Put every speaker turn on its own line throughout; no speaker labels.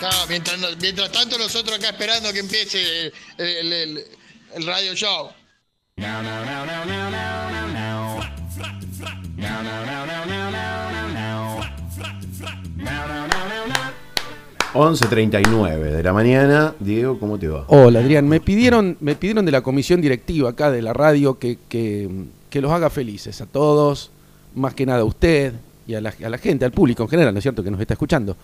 No, mientras, no- mientras tanto nosotros acá esperando que empiece el, el- el- el radio show.
Fra- 11.39 de la mañana. Diego, ¿cómo te va?
Hola Adrián, me pidieron, me pidieron de la comisión directiva acá de la radio que, que- que los haga felices a todos, más que nada a usted y a la, a la gente, al público en general, ¿no es cierto?, que nos está escuchando,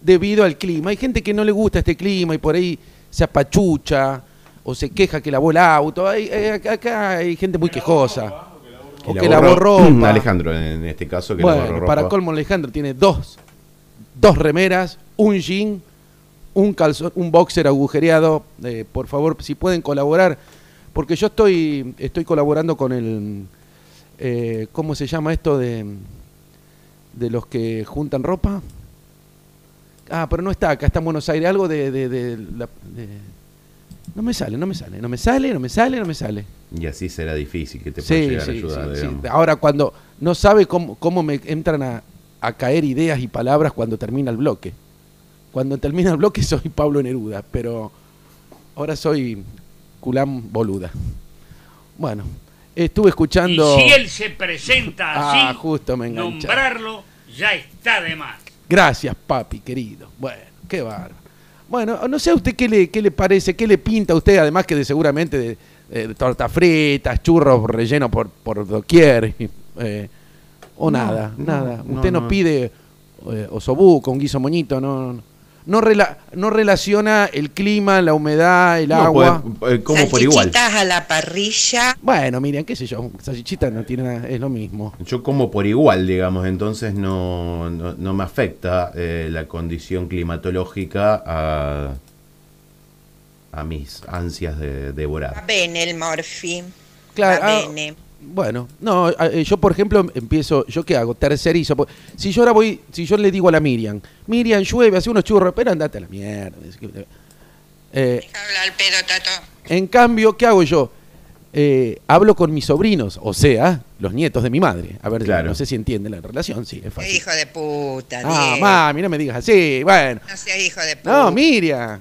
debido al clima. Hay gente que no le gusta este clima y por ahí se apachucha o se queja que lavó el auto. Hay- hay- acá- acá hay gente muy quejosa. O que lavó ropa.
Alejandro, en este caso, que
Bueno,
lavó ropa.
para colmo Alejandro tiene dos, dos remeras, un jean, un calzón, un boxer agujereado. Eh, por favor, si pueden colaborar, porque yo estoy, estoy colaborando con el, eh, ¿cómo se llama esto de, de los que juntan ropa? Ah, pero no está acá, está en Buenos Aires, algo de, de- de la- de- no me sale, no me sale, no me sale, no me sale, no me sale.
Y así será difícil que te pueda llegar a ayudar,
sí, sí.
digamos.
Ahora cuando no sabe cómo, cómo me entran a, a caer ideas y palabras cuando termina el bloque. Cuando termina el bloque soy Pablo Neruda, pero ahora soy Culán Boluda. Bueno, estuve
Y
escuchando...
si él se presenta así,
Ah, justo me engancha.
nombrarlo ya está de más.
Gracias, papi, querido. Bueno, qué bárbaro. Bueno, no sé a usted qué le, qué le parece, qué le pinta a usted, además que de seguramente de, eh, de tortas fritas, churros rellenos por, por doquier, eh, o nada,
no,
nada.
no,
usted nos
no.
pide eh, osobú con guiso moñito, no, no, no, rela- no relaciona el clima, la humedad, el
No,
agua.
pues, eh, como por igual.
Salchichitas a la parrilla.
Bueno, miren, qué sé yo, salchichita no tiene nada, es lo mismo.
Yo como por igual, digamos, entonces no, no, no me afecta eh, la condición climatológica a, a mis ansias de
Va
devorar.
bene el Morphy.
Claro,
Va
ah,
bene.
Bueno, no, a- eh, yo por ejemplo empiezo, ¿yo qué hago? Tercerizo. po- Si yo ahora voy, si yo le digo a la Miriam, Miriam llueve, hace unos churros, pero andate a la mierda. Eh,
Habla al pedo, Tato.
en cambio, ¿qué hago yo? Eh, hablo con mis sobrinos, o sea, los nietos de mi madre. A ver,
Claro.
no sé si entienden la relación, sí, es
Qué
fácil.
Hijo de puta,
Ah,
Diego.
mami, no me digas así, bueno.
No seas hijo de puta.
No, Miriam.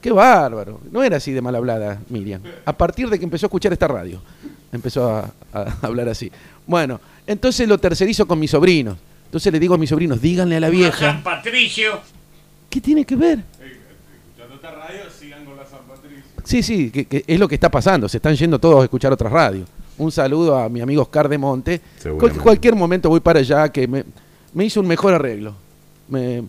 Qué bárbaro. No era así de mal hablada, Miriam. A partir de que empezó a escuchar esta radio, empezó a, a hablar así. Bueno, entonces lo tercerizo con mis sobrinos. Entonces le digo a mis sobrinos, díganle a la
San
vieja.
Patricio,
¿Qué tiene que ver? Sí, sí, que, que es lo que está pasando. Se están yendo todos a escuchar otras radios. Un saludo a mi amigo Oscar de Monte.
Seguramente.
Cual- cualquier momento voy para allá que me, me hizo un mejor arreglo. Me-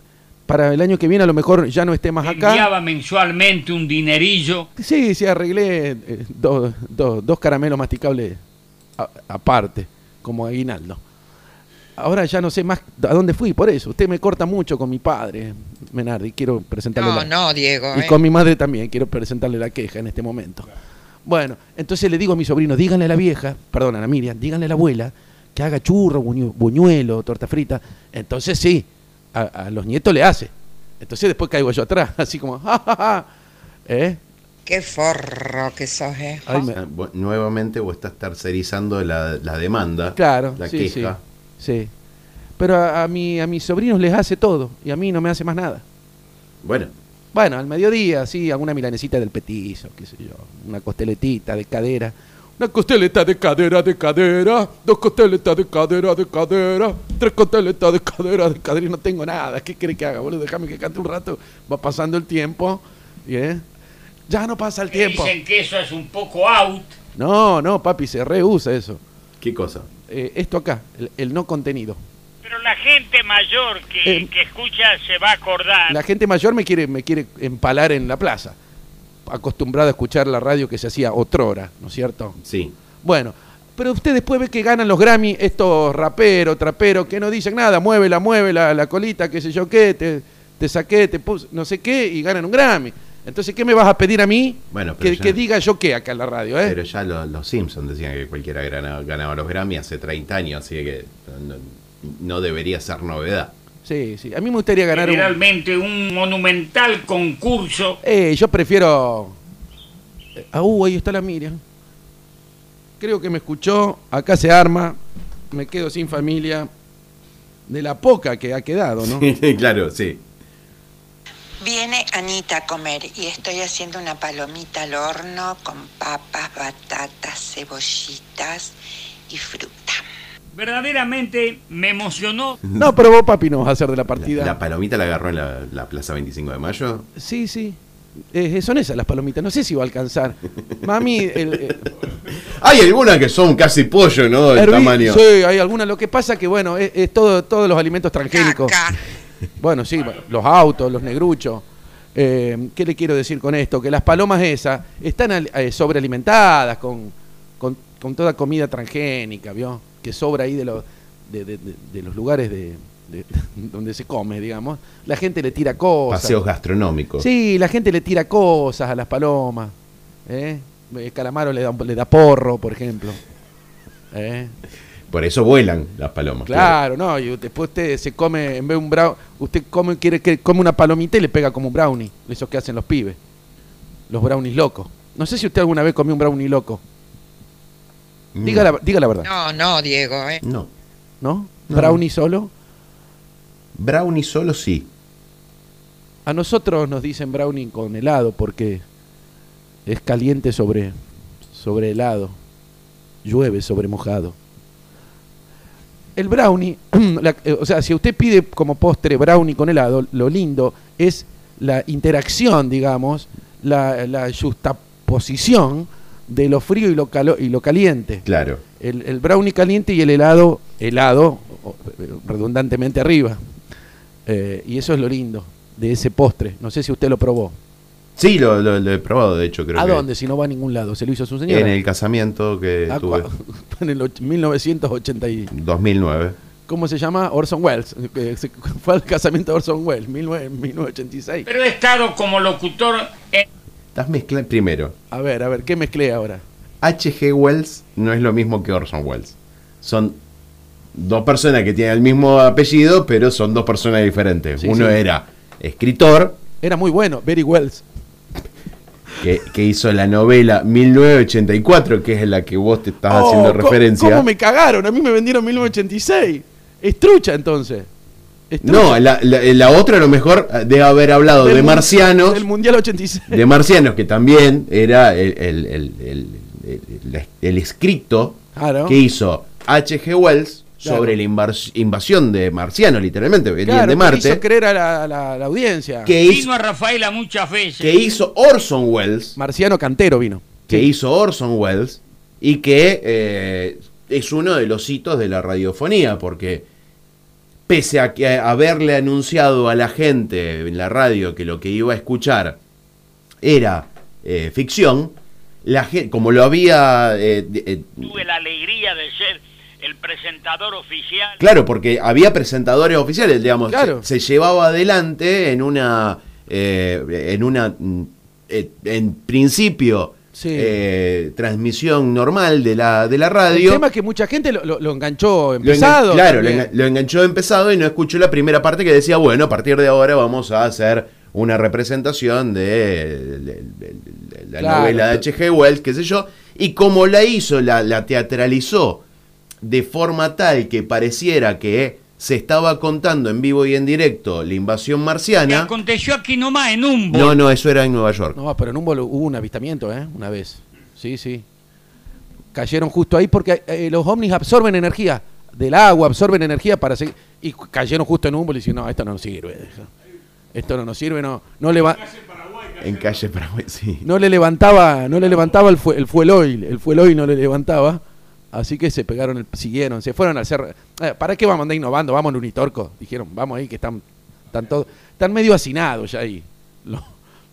para el año que viene a lo mejor ya no esté más acá.
enviaba mensualmente un dinerillo.
Sí, sí, arreglé eh, dos, dos- dos caramelos masticables a- aparte, como aguinaldo. Ahora ya no sé más a dónde fui, por eso. Usted me corta mucho con mi padre, Menardi. Quiero presentarle
No,
la,
no, Diego.
y
eh.
con mi madre también, quiero presentarle la queja en este momento. Bueno, entonces le digo a mi sobrino, díganle a la vieja, perdón, a la Miriam, díganle a la abuela que haga churro, buñu- buñuelo, torta frita. Entonces sí, a, a los nietos le hace. Entonces después caigo yo atrás, así como, ja, ja, ja. ¿Eh?
Qué forro que sos, eh.
Ay, me-
Ah, vos- nuevamente vos estás tercerizando la, la demanda,
Claro,
la
sí,
queja.
sí, sí. Pero a, a mi- a mis sobrinos les hace todo y a mí no me hace más nada.
Bueno,
Bueno, al mediodía, sí, alguna milanesita del petizo, qué sé yo, una costeletita de cadera. Una costeleta de cadera, de cadera, dos costeletas de cadera, de cadera, tres costeletas de cadera, de cadera, y no tengo nada. ¿Qué crees que haga, boludo? Déjame que cante un rato. Va pasando el tiempo, ¿y, eh? Ya no pasa el
que
tiempo.
Dicen que eso es un poco out.
No, no, papi, se rehúsa eso.
¿qué cosa?
Eh, esto acá, el- el no contenido.
Pero la gente mayor que,
Eh,
que escucha se va a acordar.
La gente mayor me quiere, me quiere empalar en la plaza, acostumbrada a escuchar la radio que se hacía otrora, ¿no es cierto?
Sí.
Bueno, pero usted después ve que ganan los Grammy estos raperos, traperos, que no dicen nada, muévela, muévela, la colita, qué sé yo qué, te, te saqué, te puse, no sé qué, y ganan un Grammy. Entonces, ¿qué me vas a pedir a mí
Bueno, pero
que,
ya-
que diga yo qué acá en la radio? ¿eh?
Pero ya lo- los Simpsons decían que cualquiera ganaba, ganaba los Grammy hace 30 años, así que no, no debería ser novedad.
Sí, sí, a mí me gustaría ganar un...
Generalmente un monumental concurso.
Eh, yo prefiero. Eh, Ah, uh, ahí está la Miriam. Creo que me escuchó. Acá se arma. Me quedo sin familia. De la poca que ha quedado, ¿no?
claro, sí.
Viene Anita a comer y estoy haciendo una palomita al horno con papas, batatas, cebollitas y fruta.
Verdaderamente me emocionó.
No, pero vos, papi, no vas a hacer de la
La,
partida.
la palomita la agarró en la, la Plaza 25 de Mayo.
Sí, sí. Eh, son esas las palomitas. No sé si va a alcanzar. Mami, el, eh,
Hay algunas que son casi pollo, ¿no? El
herví-
tamaño.
sí, hay alguna. Lo que pasa que, bueno, es, es todo, todos los alimentos transgénicos.
Caca.
Bueno, sí, los autos, los negruchos. Eh, ¿Qué le quiero decir con esto? Que las palomas esas están al- eh, sobrealimentadas con, con- con toda comida transgénica, ¿vio? Que sobra ahí de, los de, de- de- de los lugares de, de- donde se come, digamos. La gente le tira cosas.
Paseos gastronómicos.
Sí, la gente le tira cosas a las palomas. ¿eh? Eh, Calamaro le da, le da porro, por ejemplo. ¿eh?
Por eso vuelan las palomas.
Claro, no, y después usted se come, en vez de un brownie, usted come, quiere que come una palomita y le pega como un brownie, eso que hacen los pibes, los brownies locos. No sé si usted alguna vez comió un brownie loco.
No.
Diga, la, diga la verdad,
No, no, Diego, ¿eh?
Mm. No.
¿no?
No.
Brownie solo.
Brownie solo sí.
A nosotros nos dicen brownie con helado porque es caliente sobre, sobre helado, llueve sobre mojado. El brownie, la- eh, o sea, si usted pide como postre brownie con helado, lo lindo es la interacción, digamos, la, la justaposición de lo frío y lo, calo- y lo caliente.
Claro.
El, el brownie caliente y el helado, helado, o- eh, redundantemente arriba. Eh, y eso es lo lindo de ese postre. No sé si usted lo probó.
Sí, lo, lo- lo he probado, de hecho, creo
¿A
que-
dónde? Si no va a ningún lado. Se lo hizo su señora.
En el casamiento que
Ah,
tuve.
cua- en el och- 1980 y...
2009.
¿Cómo se llama? Orson Welles. Eh, se- Fue al casamiento de Orson Welles, 19- 1986.
Pero he estado como locutor en
Estás mezclando primero.
A ver, a ver, ¿qué mezclé ahora?
H.G. Wells no es lo mismo que Orson Welles. Son dos personas que tienen el mismo apellido, pero son dos personas diferentes.
Sí,
Uno
sí.
era escritor,
Era muy bueno, Very Wells.
que, que hizo la novela 1984, que es la que vos te estás
Oh,
haciendo
co-
referencia.
¿Cómo me cagaron? A mí me vendieron 1986. Estrucha entonces. Es
No, la, la- la otra a lo mejor debe haber hablado
del
de
mun-
marcianos,
Del Mundial 86.
de marcianos que también era el, el- el- el- el- el- el escrito
Claro.
que hizo H.G. Wells
Claro.
sobre la invas- invasión de marcianos, literalmente, venían
Claro,
de
que
Marte,
hizo creer a la, a la- a la audiencia.
que hizo,
Vino a Rafaela muchas veces.
que hizo Orson Welles,
Marciano Cantero vino.
que
Sí.
hizo Orson Welles y que eh, es uno de los hitos de la radiofonía, porque pese a que a- haberle anunciado a la gente en la radio que lo que iba a escuchar era eh, ficción, la gen- como lo había... eh, de- eh,
Tuve la alegría de ser el presentador oficial.
claro, porque había presentadores oficiales, digamos, se-
Claro.
se, llevaba adelante en una... eh, en una... mm, eh, en principio...
Sí.
eh, transmisión normal de la, de la radio.
El tema es que mucha gente lo, lo- lo enganchó
Lo engan-
empezado.
claro, lo,
también.
engan- lo enganchó empezado y no escuchó la primera parte que decía, bueno, a partir de ahora vamos a hacer una representación de, de- de- de la
Claro.
novela de H.G. Wells, qué sé yo, y como la hizo, la, la teatralizó de forma tal que pareciera que se estaba contando en vivo y en directo la invasión
Que
marciana.
aconteció aquí nomás en un
No, no, eso era en Nueva York.
No, pero en un bolo- hubo un avistamiento, ¿eh? Una vez. Sí, sí. Cayeron justo ahí porque eh, los ovnis absorben energía del agua, absorben energía para seguir. Y cu- cayeron justo en un bolo y dijeron, no, esto no nos sirve. Esto no nos sirve, no, no, leva-
En calle Paraguay, sí.
no le levantaba, no le levantaba el, fue, el fuel oil, el fuel oil no le levantaba. Así que se pegaron, el, siguieron, se fueron a hacer. eh, ¿Para qué vamos a andar innovando? Vamos al Unitorco. Dijeron, vamos ahí, que están, están todos. Están medio hacinados ya ahí. Los,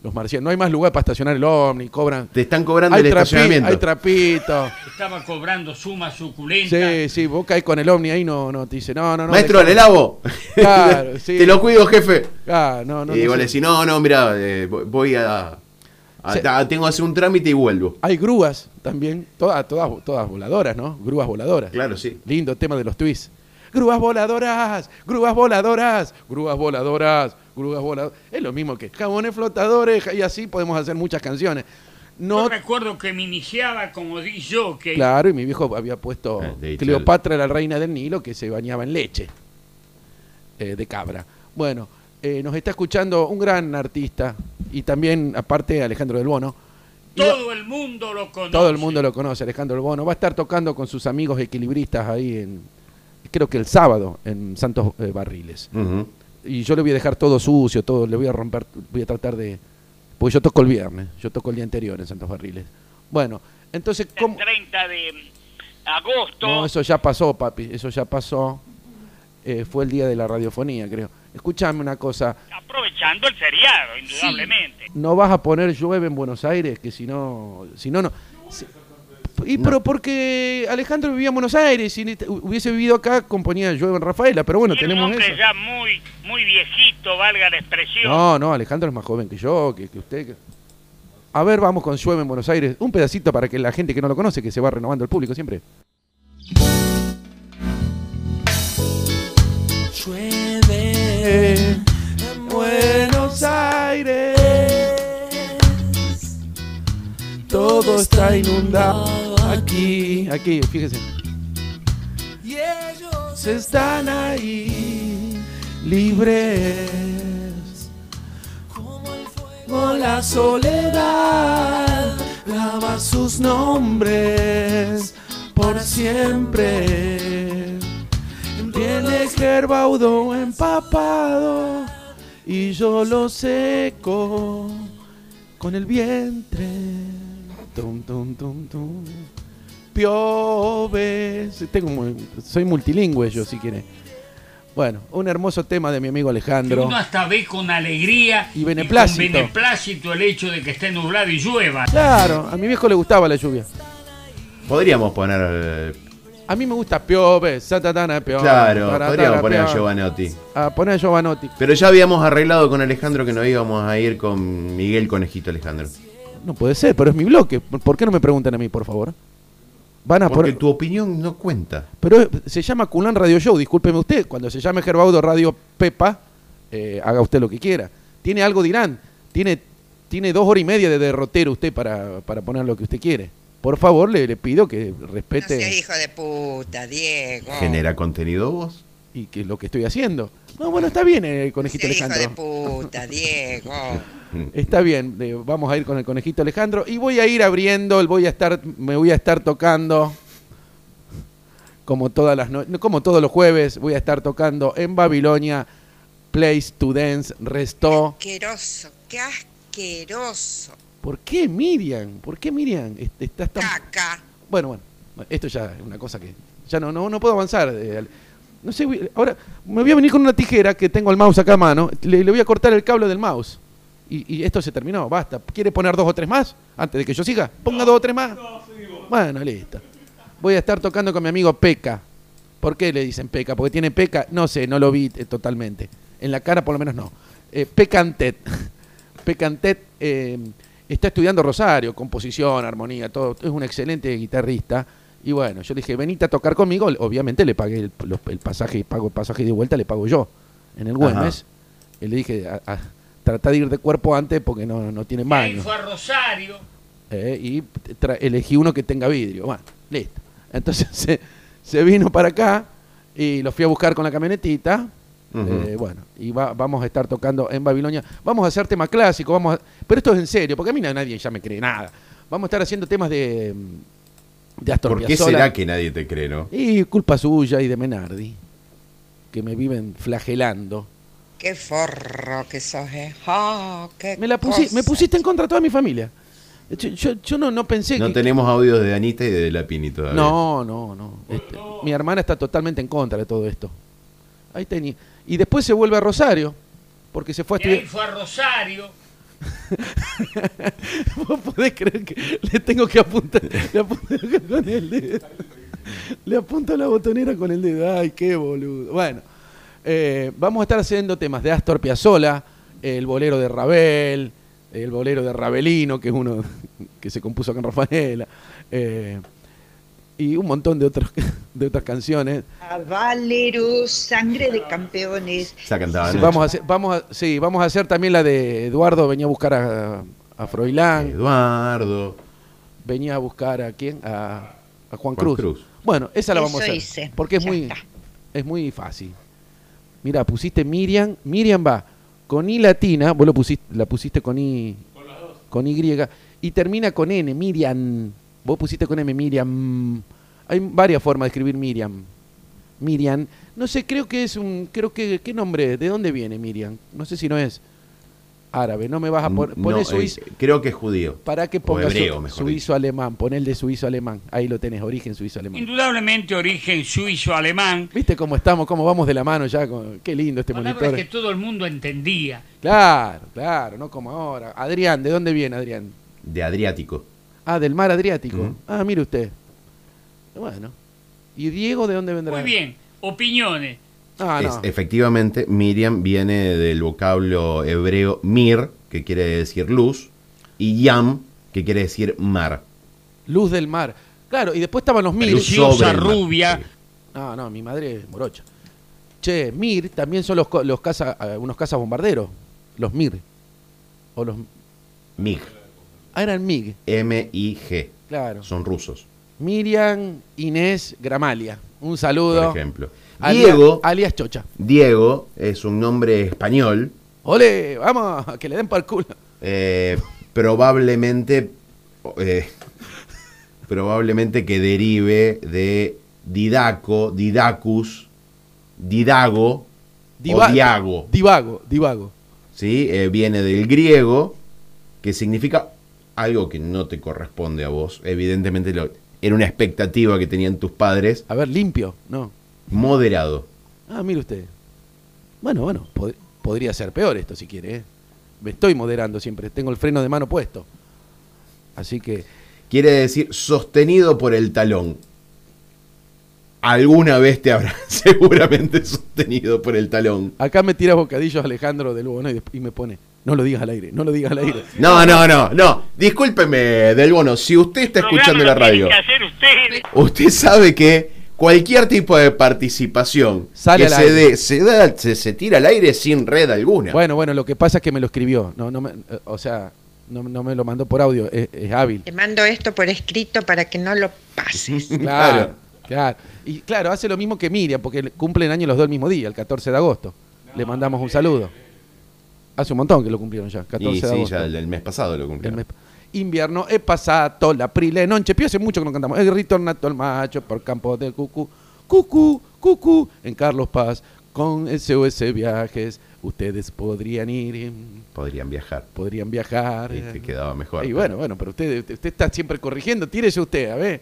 los marcianos. No hay más lugar para estacionar el ovni, cobran.
Te están cobrando
hay
el
trapi-
estacionamiento.
Hay trapito.
Estaba cobrando sumas suculentas.
Sí, sí, vos caes con el ovni ahí, no, no, te dice, no, no, no.
Maestro,
dejá-
le lavo.
Claro, sí.
Te lo cuido, jefe.
Ah, no, no,
y
no
vos
sé.
le decís, no, no, mira, voy a, a-
Se-
a- Tengo que hacer un trámite y vuelvo.
Hay grúas también, todas, todas, todas voladoras, ¿no? Grúas voladoras.
Claro, sí.
Lindo tema de los twists. Grúas voladoras, grúas voladoras, grúas voladoras, grúas voladoras. Es lo mismo que jabones flotadores y así podemos hacer muchas canciones. No,
Yo recuerdo que me iniciaba como dije yo, que
claro, y mi viejo había puesto
Ah, de hecho,
Cleopatra, la reina del Nilo, que se bañaba en leche eh, de eh, cabra. Bueno, eh, nos está escuchando un gran artista y también, aparte, Alejandro del Bono. Y va-
Todo el mundo lo conoce.
todo el mundo lo conoce, Alejandro del Bono. Va a estar tocando con sus amigos equilibristas ahí en, creo que el sábado, en Santos eh, Barriles.
Ujú.
Y yo le voy a dejar todo sucio, todo, le voy a romper, voy a tratar de... Porque yo toco el viernes, yo toco el día anterior en Santos Barriles. Bueno, entonces,
El
¿cómo...?
30 de agosto.
No, eso ya pasó, papi, eso ya pasó. Eh, fue el día de la radiofonía, creo. Escúchame una cosa,
Aprovechando el feriado, indudablemente.
no vas a poner llueve en Buenos Aires, que si no, si no, no. Si- y pero porque Alejandro vivía en Buenos Aires, si ni- hubiese vivido acá, componía llueve en Rafaela, pero bueno,
Y era un
tenemos
hombre
eso.
ya muy, muy viejito, valga la expresión.
No, no, Alejandro es más joven que yo, que, que usted. que- A ver, vamos con llueve en Buenos Aires. Un pedacito para que la gente que no lo conoce, que se va renovando el público siempre.
Llueve en Buenos Aires.
Todo está inundado aquí. Aquí, fíjese.
Y ellos
Están ahí libres.
como el fuego.
Con la soledad lava sus nombres por siempre. Tiene gerbaudo empapado y yo lo seco con el vientre. Tum, tum, tum, tum. Piove. Tengo mu- soy multilingüe yo, si quiere. Bueno, un hermoso tema de mi amigo
Que
Alejandro.
uno hasta ve con alegría
Y beneplácito.
con beneplácito el hecho de que esté nublado y llueva.
Claro, a mi viejo le gustaba la lluvia.
Podríamos poner. eh,
A mí me gusta Piove, Satatana Piove.
claro,
taratara,
podríamos poner a
Piove.
Giovanotti.
A poner a Giovanotti.
Pero ya habíamos arreglado con Alejandro que no íbamos a ir con Miguel Conejito Alejandro.
No puede ser, pero es mi bloque. ¿Por qué no me preguntan a mí, por favor? Van a
Porque
poner.
tu opinión no cuenta.
Pero se llama Culán Radio Show, discúlpeme usted. Cuando se llame Gerbaudo Radio Pepa, eh, haga usted lo que quiera. Tiene algo de Irán. Tiene, tiene dos horas y media de derrotero usted para, para poner lo que usted quiere. Por favor, le, le pido que
No seas
respete
hijo de puta, Diego.
¿Genera contenido vos?
y que lo que estoy haciendo. No, bueno, está bien, eh,
No
conejito
seas hijo
Alejandro.
de puta, Diego.
Está bien, eh, vamos a ir con el conejito Alejandro y voy a ir abriendo, el voy a estar, me voy a estar tocando como todas las no- como todos los jueves voy a estar tocando en Babilonia Place to Dance Restó.
Asqueroso, qué asqueroso.
¿Por qué Miriam? ¿Por qué Miriam? Es- Estás tan
Caca.
bueno, bueno, esto ya es una cosa que ya no no no puedo avanzar. eh, al- No sé, voy- ahora me voy a venir con una tijera que tengo el mouse acá a mano, le, le voy a cortar el cable del mouse. Y, y esto se terminó, basta. ¿Quiere poner dos o tres más antes de que yo siga? Ponga dos o tres más. Bueno, listo. Voy a estar tocando con mi amigo Peca. ¿Por qué le dicen Peca? Porque tiene Peca, no sé, no lo vi eh, totalmente. En la cara por lo menos no. Eh, Peca Antet. Peca Antet eh, está estudiando Rosario, composición, armonía, todo. Es un excelente guitarrista. Y bueno, yo le dije, venite a tocar conmigo. Obviamente le pagué el, los- el pasaje, pago el pasaje de vuelta, le pago yo en el Güemes. Y le dije, a, a- tratá de ir de cuerpo antes porque no, no tiene
Ahí
baño.
fue a Rosario.
Eh, y tra- elegí uno que tenga vidrio. Bueno, listo. Entonces se, se vino para acá y lo fui a buscar con la camionetita.
Ujú.
Eh, bueno, y va- vamos a estar tocando en Babilonia. Vamos a hacer tema clásico, vamos a- pero esto es en serio, porque a mí na- nadie ya me cree nada. Vamos a estar haciendo temas de, mm, de Astor
¿Por qué
Piazzolla.
será que nadie te cree, no?
Y culpa suya y de Menardi, que me viven flagelando.
Qué forro que sos, eh. Ah, qué
Me, la pusi-
cosa.
me pusiste en contra de toda mi familia. Yo, yo- yo no, no pensé
No
que...
tenemos audios de Anita y de La Pini todavía.
No, no, no. Este, mi hermana está totalmente en contra de todo esto. Ahí tenía. Y después se vuelve a Rosario, porque se fue a
Y ahí
estudiar.
fue a Rosario.
Vos podés creer que le tengo que apuntar. Le apunto con el dedo. Le apunto la botonera con el dedo. Ay, qué boludo. Bueno, eh, vamos a estar haciendo temas de Astor Piazzolla, el bolero de Ravel, el bolero de Ravelino, que es uno que se compuso acá en Rafaela. eh, y un montón de, otros, de otras canciones.
Caballeros, sangre de campeones.
Ya cantaba,
Sí,
Ah, ¿no?
vamos a hacer, vamos a- sí, vamos a hacer también la de Eduardo, venía a buscar a, a Froilán,
Eduardo.
venía a buscar a quién, a, a Juan,
Juan
Cruz.
Cruz.
Bueno, esa la vamos a
Eso
hacer.
hice,
Porque es
ya
muy,
está.
es muy fácil. Mira, pusiste Miriam, Miriam va, con I latina, vos lo pusiste, la pusiste con I. Con Y. Y termina con N, Miriam. Vos pusiste con M, Miriam. Hay varias formas de escribir Miriam. Miriam. No sé, creo que es un. creo que ¿Qué nombre? es? ¿De dónde viene Miriam? No sé si no es árabe. No me vas a poner.
No,
Poné
eh,
suizo.
creo que es judío.
para que
o
pongas
hebreo,
su-
mejor dicho.
suizo-alemán. Pon el de suizo-alemán. Ahí lo tenés, origen suizo-alemán.
Indudablemente origen suizo-alemán.
¿Viste cómo estamos? ¿Cómo vamos de la mano ya? con- Qué lindo este
Palabras
monitor.
que todo el mundo entendía.
Claro, claro, no como ahora. Adrián, ¿de dónde viene Adrián?
De Adriático.
Ah, del mar Adriático.
Mm.
Ah, mire usted. Bueno. ¿Y Diego de dónde vendrá?
Muy bien, opiniones.
Ah,
Es-
no.
Efectivamente, Miriam viene del vocablo hebreo mir, que quiere decir luz, y yam, que quiere decir mar.
Luz del mar. Claro, y después estaban los Mir.
Luz
Luciosa
sobre el mar.
rubia.
Sí.
No, no, mi madre es morocha. Che, Mir también son los, co- los caza, eh, unos cazas bombarderos. Los Mir. O los.
Mig,
Ah, eran MIG,
M-I-G.
claro.
Son rusos,
Miriam Inés Gramalia. Un saludo.
por ejemplo.
Alia-
Diego,
Alias Chocha.
Diego es un nombre español,
Ole, vamos, que le den por culo.
eh, probablemente, eh, probablemente que derive de Didaco, Didacus, Didago,
Diva-
o Diago.
Divago, divago.
¿sí? Eh, viene del griego, que significa algo que no te corresponde a vos. Evidentemente lo- era una expectativa que tenían tus padres.
A ver, limpio, no.
Moderado.
Ah, mire usted. Bueno, bueno, pod- podría ser peor esto si quiere. ¿eh? Me estoy moderando siempre, tengo el freno de mano puesto. Así que,
Quiere decir sostenido por el talón. Alguna vez te habrán seguramente sostenido por el talón.
acá me tira bocadillos Alejandro del Bono y, desp- y me pone, no lo digas al aire, no lo digas al aire.
No, no, no, no. Discúlpeme, Del Bono, si usted está escuchando la radio,
Tienen que hacer ustedes.
usted sabe que cualquier tipo de participación
Sale
que
al
se,
aire.
dé- se da- se- se tira al aire sin red alguna.
Bueno, bueno, lo que pasa es que me lo escribió, no, no me- eh, o sea, no, no me lo mandó por audio, es, es hábil.
Te mando esto por escrito para que no lo pases.
Claro, claro. Y claro, hace lo mismo que Miriam, porque le- cumplen años los dos el mismo día, el 14 de agosto. Le mandamos un saludo. Hace un montón que lo cumplieron ya, 14
Y
de
sí,
agosto.
ya el del mes pasado lo
El
cumplieron.
mes- Invierno è passato, l'aprile non c'è più, hace mucho que no cantamos. È ritornato al macho por campo del cucú. Cucú, cucú, en Carlos Paz, con SOS Viajes, ustedes podrían ir,
Podrían viajar.
podrían viajar.
Y te quedaba mejor.
Y bueno, bueno, pero usted, usted está siempre corrigiendo, tírese usted, a ver.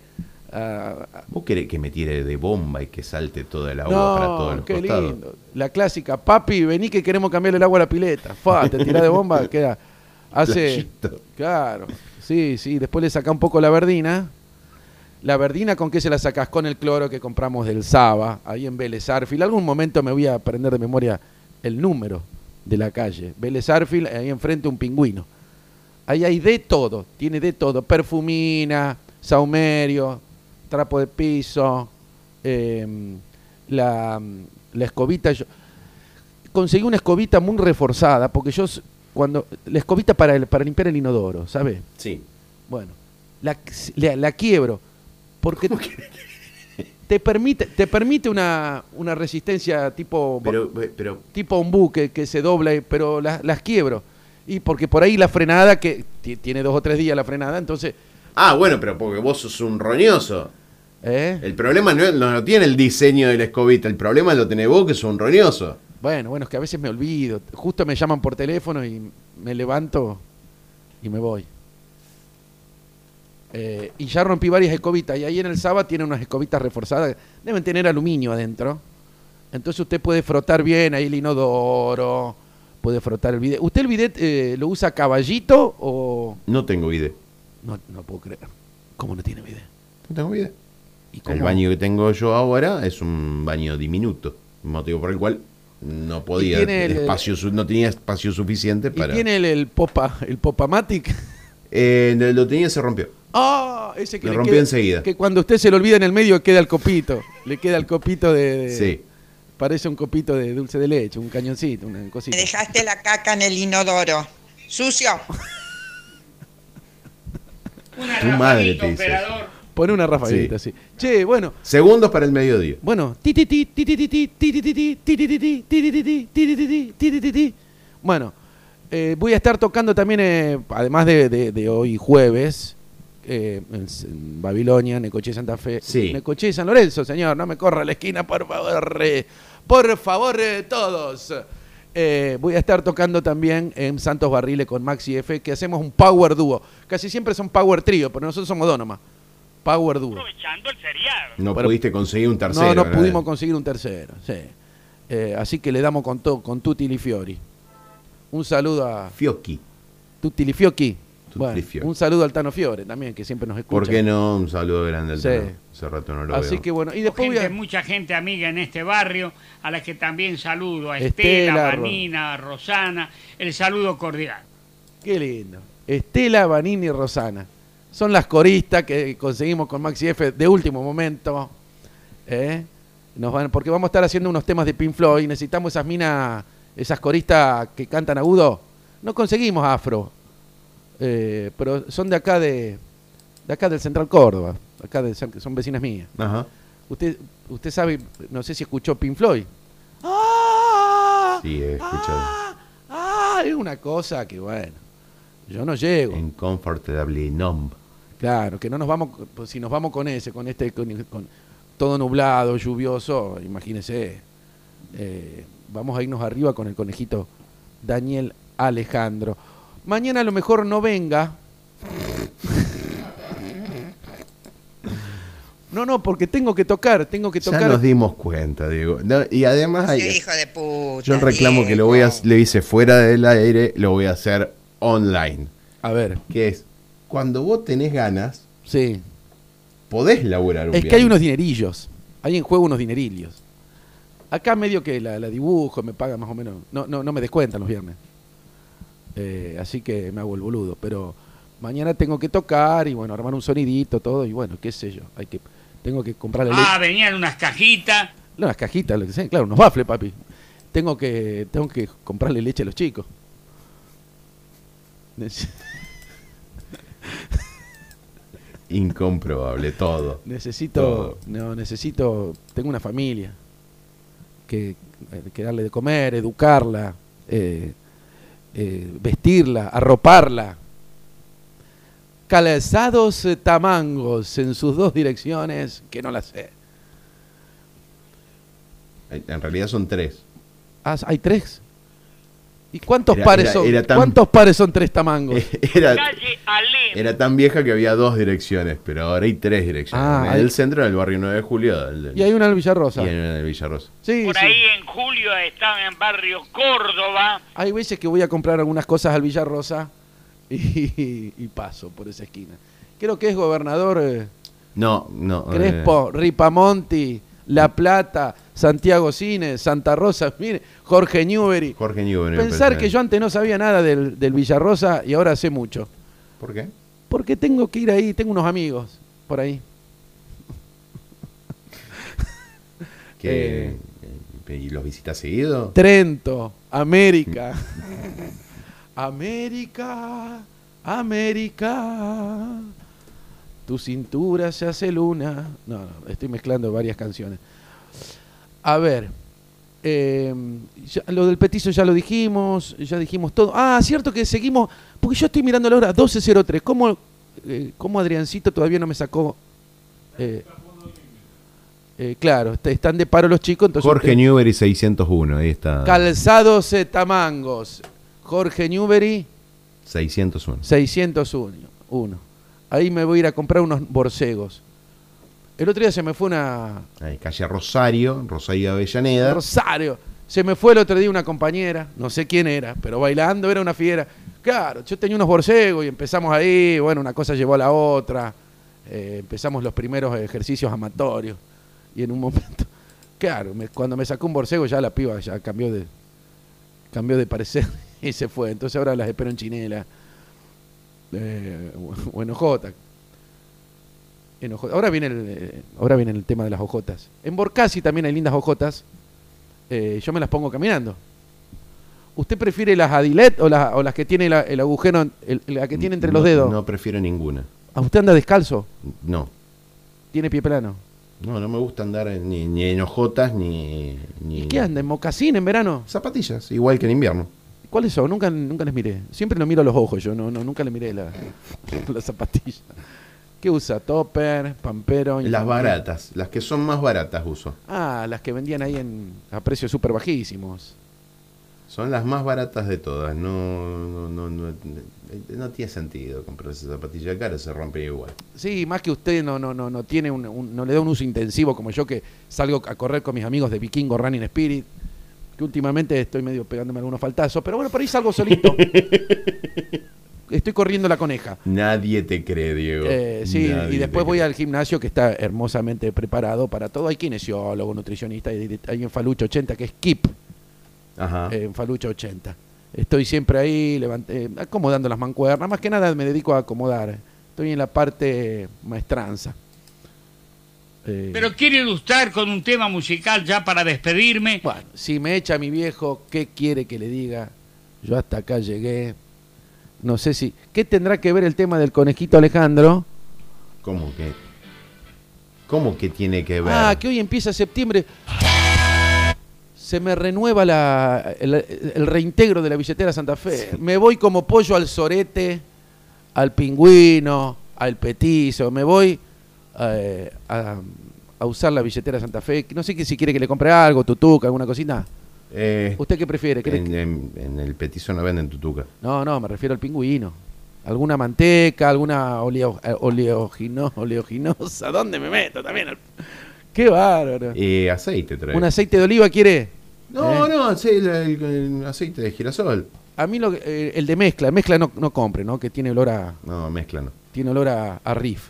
Ah, ah,
¿Vos querés que me tire de bomba y que salte toda el agua para todos
no,
los
qué
costados?
lindo. La clásica, papi, vení que queremos cambiar el agua a la pileta. Fa, te tirás de bomba, queda. Hace.
Playito.
Claro. Sí, sí. Después le saca un poco la verdina. La verdina, ¿con qué se la sacás? Con el cloro que compramos del Saba, ahí en Vélez Arfil. Algún momento me voy a aprender de memoria el número de la calle. Vélez Arfil, ahí enfrente un pingüino. Ahí hay de todo, tiene de todo. Perfumina, saumerio, trapo de piso, em, la, la escobita. Yo, conseguí una escobita muy reforzada, porque yo s- cuando. La escobita para, el- para limpiar el inodoro, ¿sabes?
Sí.
Bueno, la, la- la quiebro. Porque te permite, te permite una, una resistencia tipo,
Pero, pero
tipo un buque que se dobla, y- pero las, las quiebro. Y porque por ahí la frenada, que ti- tiene dos o tres días la frenada, entonces.
Ah, bueno, pero porque vos sos un roñoso.
¿eh?
El problema no, no lo tiene el diseño de la escobita, el problema lo tenés vos que sos un roñoso.
Bueno, bueno, es que a veces me olvido. Justo me llaman por teléfono y me levanto y me voy. Eh, y ya rompí varias escobitas. Y ahí en el Saba tiene unas escobitas reforzadas. Deben tener aluminio adentro. Entonces usted puede frotar bien ahí el inodoro. Puede frotar el bidet. ¿Usted el bidet eh, lo usa a caballito o.?
No tengo vida.
No, no puedo creer. ¿Cómo no tiene bidet?
No tengo vida.
¿Y cómo-
El baño que tengo yo ahora es un baño diminuto, motivo por el cual no podía,
tiene el-
espacio, su- no tenía espacio suficiente
¿Y
para...
tiene el, el popa, el popamatic?
Eh, lo tenía y se rompió.
Ah, ese que
Lo
le
rompió
queda-
enseguida.
Que cuando usted se lo olvida en el medio queda el copito. le queda el copito de, de-
Sí.
Parece un copito de dulce de leche, un cañoncito, una
Me
cosita.
dejaste la caca en el inodoro. Sucio.
Una
Tu madre
rafaguita,
te dice eso.
operador.
Pone una rafaguita así. Che, bueno,
Segundos para el mediodía.
bueno. Ti, ti, ti, ti, ti, ti, ti, ti, ti, ti, ti, ti, ti, ti, ti, ti, ti, ti, ti, ti, ti, ti, ti, ti. Bueno, eh, voy a estar tocando también, eh, además de, de- de hoy jueves, eh, en, S- en Babilonia, Necochea Santa Fe,
Sí.
Necochea y San Lorenzo, señor, no me corra a la esquina, por favor, eh, por favor, eh, todos. Eh, voy a estar tocando también en Santos Barriles con Maxi F, que hacemos un power dúo. Casi siempre son power trío, pero nosotros somos dos nomás. Power dúo.
Aprovechando el feriado.
No
Bueno,
pudiste conseguir un tercero.
No, no
¿verdad?
pudimos conseguir un tercero. sí. Eh, así que le damos con todo, con Tutti Li Fiori. Un saludo a
Fiocchi.
Tutti Li Fiocchi.
Tutti
Bueno,
Li Fiocchi.
un saludo al Tano Fiore también, que siempre nos escucha.
¿Por qué no? Un saludo grande al
Sí.
Tano. Hace rato no lo
Así
veo.
que bueno, y después voy
Gente-
a-
mucha gente amiga en este barrio, a la que también saludo, a
Estela,
Estela,
Ro-
Vanina, Rosana, el saludo cordial.
Qué lindo. Estela, Vanini y Rosana. Son las coristas que conseguimos con Maxi F de último momento. ¿eh? Nos van, porque vamos a estar haciendo unos temas de Pink Floyd y necesitamos esas minas, esas coristas que cantan agudo. No conseguimos afro, eh, pero son de acá de, de acá del Central Córdoba, acá de, cerca- son vecinas mías.
Ajá.
Usted, usted sabe, no sé si escuchó Pink Floyd.
Sí, he escuchado.
Ah, es una cosa que bueno, yo no llego.
En Comfortably Numb.
Claro, que no nos vamos, pues, si nos vamos con ese, con este, con, con todo nublado, lluvioso, imagínese, eh, vamos a irnos arriba con el conejito Daniel Alejandro. Mañana a lo mejor no venga. No, no, porque tengo que tocar, tengo que
Ya
tocar.
nos dimos cuenta, Diego. No, y además, hay-
Sí, hijo de puta.
yo el reclamo que lo voy a,
Diego.
le hice fuera del aire, lo voy a hacer online.
A ver,
Que es, cuando vos tenés ganas,
sí.
podés laburar un
Es que hay
viernes.
unos dinerillos. Hay en juego unos dinerillos. Acá medio que la, la dibujo, me paga más o menos. No, no, no me descuentan los viernes. Eh, así que me hago el boludo. Pero mañana tengo que tocar y bueno, armar un sonidito, todo. Y bueno, qué sé yo. Hay que, tengo que comprar la
Ah, venían unas cajitas.
no, las cajitas, lo que sea, claro, unos baffles, papi. Tengo que, tengo que comprarle leche a los chicos. Nece-
Incomprobable, todo.
Necesito, no, necesito, tengo una familia que, eh, que darle de comer, educarla, eh, eh, vestirla, arroparla. Calzados eh, tamangos en sus dos direcciones, que no las sé.
En en realidad son tres.
Ah, hay tres. ¿Y cuántos
Era-
pares
era-
son?
era tan- Eh,
¿Cuántos pares son tres tamangos?
Era,
Calle Ale.
era tan vieja que había dos direcciones, pero ahora hay tres direcciones.
Ah,
en
hay-
el centro, en el barrio 9 de julio. el-
y hay una en Villarrosa.
y en el Villarrosa.
Sí,
Por
sí.
ahí en julio están en barrio Córdoba.
Hay veces que voy a comprar algunas cosas al Villarrosa y, y paso por esa esquina. Creo que es gobernador eh,
No, no. eh,
Crespo, Ripamonti, La Plata, Santiago Cines, Santa Rosa, mire, Jorge Newbery.
Jorge Newbery.
Pensar que yo antes no sabía nada del, del Villarrosa y ahora sé mucho.
¿Por qué?
Porque tengo que ir ahí, tengo unos amigos por ahí. Eh.
Que, eh, ¿Y los visitas seguido?
Trento, América. América, América. Tu cintura se hace luna. No, no, estoy mezclando varias canciones. A ver. eh, ya- lo del petizo ya lo dijimos, ya dijimos todo. Ah, cierto que seguimos, porque yo estoy mirando la hora 12.03. ¿Cómo, eh, cómo Adriancito todavía no me sacó? eh, eh, claro, est- están de paro los chicos, entonces
Jorge
ustedes-
Newbery 601, ahí está.
Ah. Calzados eh, Tamangos. Jorge Newbery,
601.
601. uno. Ahí me voy a ir a comprar unos borcegos. El otro día se me fue una...
Ahí, calle Rosario, Rosario Avellaneda.
Rosario. Se me fue el otro día una compañera, no sé quién era, pero bailando era una fiera. Claro, yo tenía unos borcegos y empezamos ahí, bueno, una cosa llevó a la otra. Eh, empezamos los primeros ejercicios amatorios. Y en un momento, claro, me- cuando me sacó un borcego ya la piba ya cambió de, cambió de parecer y se fue. Entonces ahora las espero en chinela. Eh, o- o en ojota. En ojo- Ahora viene, el, eh, ahora viene el tema de las ojotas. En Borcasi también hay lindas ojotas. Eh, yo me las pongo caminando. ¿Usted prefiere las Adilet o, las- o las que tiene la- el agujero, en- el- la que tiene entre los
No-
dedos?
No prefiero ninguna.
¿A usted anda descalzo?
No.
¿Tiene pie plano?
No, no me gusta andar en- ni, ni en hojotas ni, ni.
¿Y qué anda? ¿En mocasín en verano?
Zapatillas, igual que en invierno.
¿Cuáles son? Nunca, nunca les miré. Siempre lo miro a los ojos yo, no, no nunca le miré la, la zapatilla. ¿Qué usa? Topper, Pampero.
Las baratas, las que son más baratas uso.
Ah, las que vendían ahí en, a precios súper bajísimos.
Son las más baratas de todas. No, no, no, no, no tiene sentido comprar esa zapatilla cara, se rompe igual.
Sí, más que usted no, no, no, no tiene un, un- no le da un uso intensivo como yo que salgo a correr con mis amigos de Vikingo Running Spirit, que últimamente estoy medio pegándome algunos faltazos, pero bueno, por ahí salgo solito. estoy corriendo la coneja.
Nadie te cree, Diego.
Eh, sí,
Nadie
y después
te
voy
cree.
al gimnasio que está hermosamente preparado para todo. Hay kinesiólogo, nutricionista, y hay en Falucho 80 que es Kip,
Ajá.
eh, en Falucho 80. Estoy siempre ahí levant- eh, acomodando las mancuernas. Más que nada me dedico a acomodar. Estoy en la parte maestranza. Eh,
Pero quiero ilustrar con un tema musical ya para despedirme.
bueno, si me echa mi viejo, ¿qué quiere que le diga? Yo hasta acá llegué. No sé si... ¿Qué tendrá que ver el tema del conejito Alejandro?
¿Cómo que? ¿Cómo que tiene que ver?
Ah, que hoy empieza septiembre. Se me renueva la- el, el reintegro de la billetera Santa Fe. Me voy como pollo al sorete, al pingüino, al petizo. Me voy eh, a, a usar la billetera Santa Fe. No sé que si quiere que le compre algo, tutuca, alguna cosita.
Eh,
¿Usted qué prefiere? ¿Quiere
en,
que-
en- en el petizo no venden tutuca.
No, no, me refiero al pingüino. ¿Alguna manteca, alguna oleo- eh, oleogino- oleoginosa? ¿Dónde me meto también? al- ¡Qué bárbaro!
Eh, aceite trae.
¿Un aceite de oliva quiere?
No,
Ah. ¿Eh?
no, ace- el, el- el aceite de girasol.
A mí lo que- eh, el de mezcla, mezcla no, no compre, ¿no? Que tiene olor a,
No, mezcla no.
tiene olor a, a riff,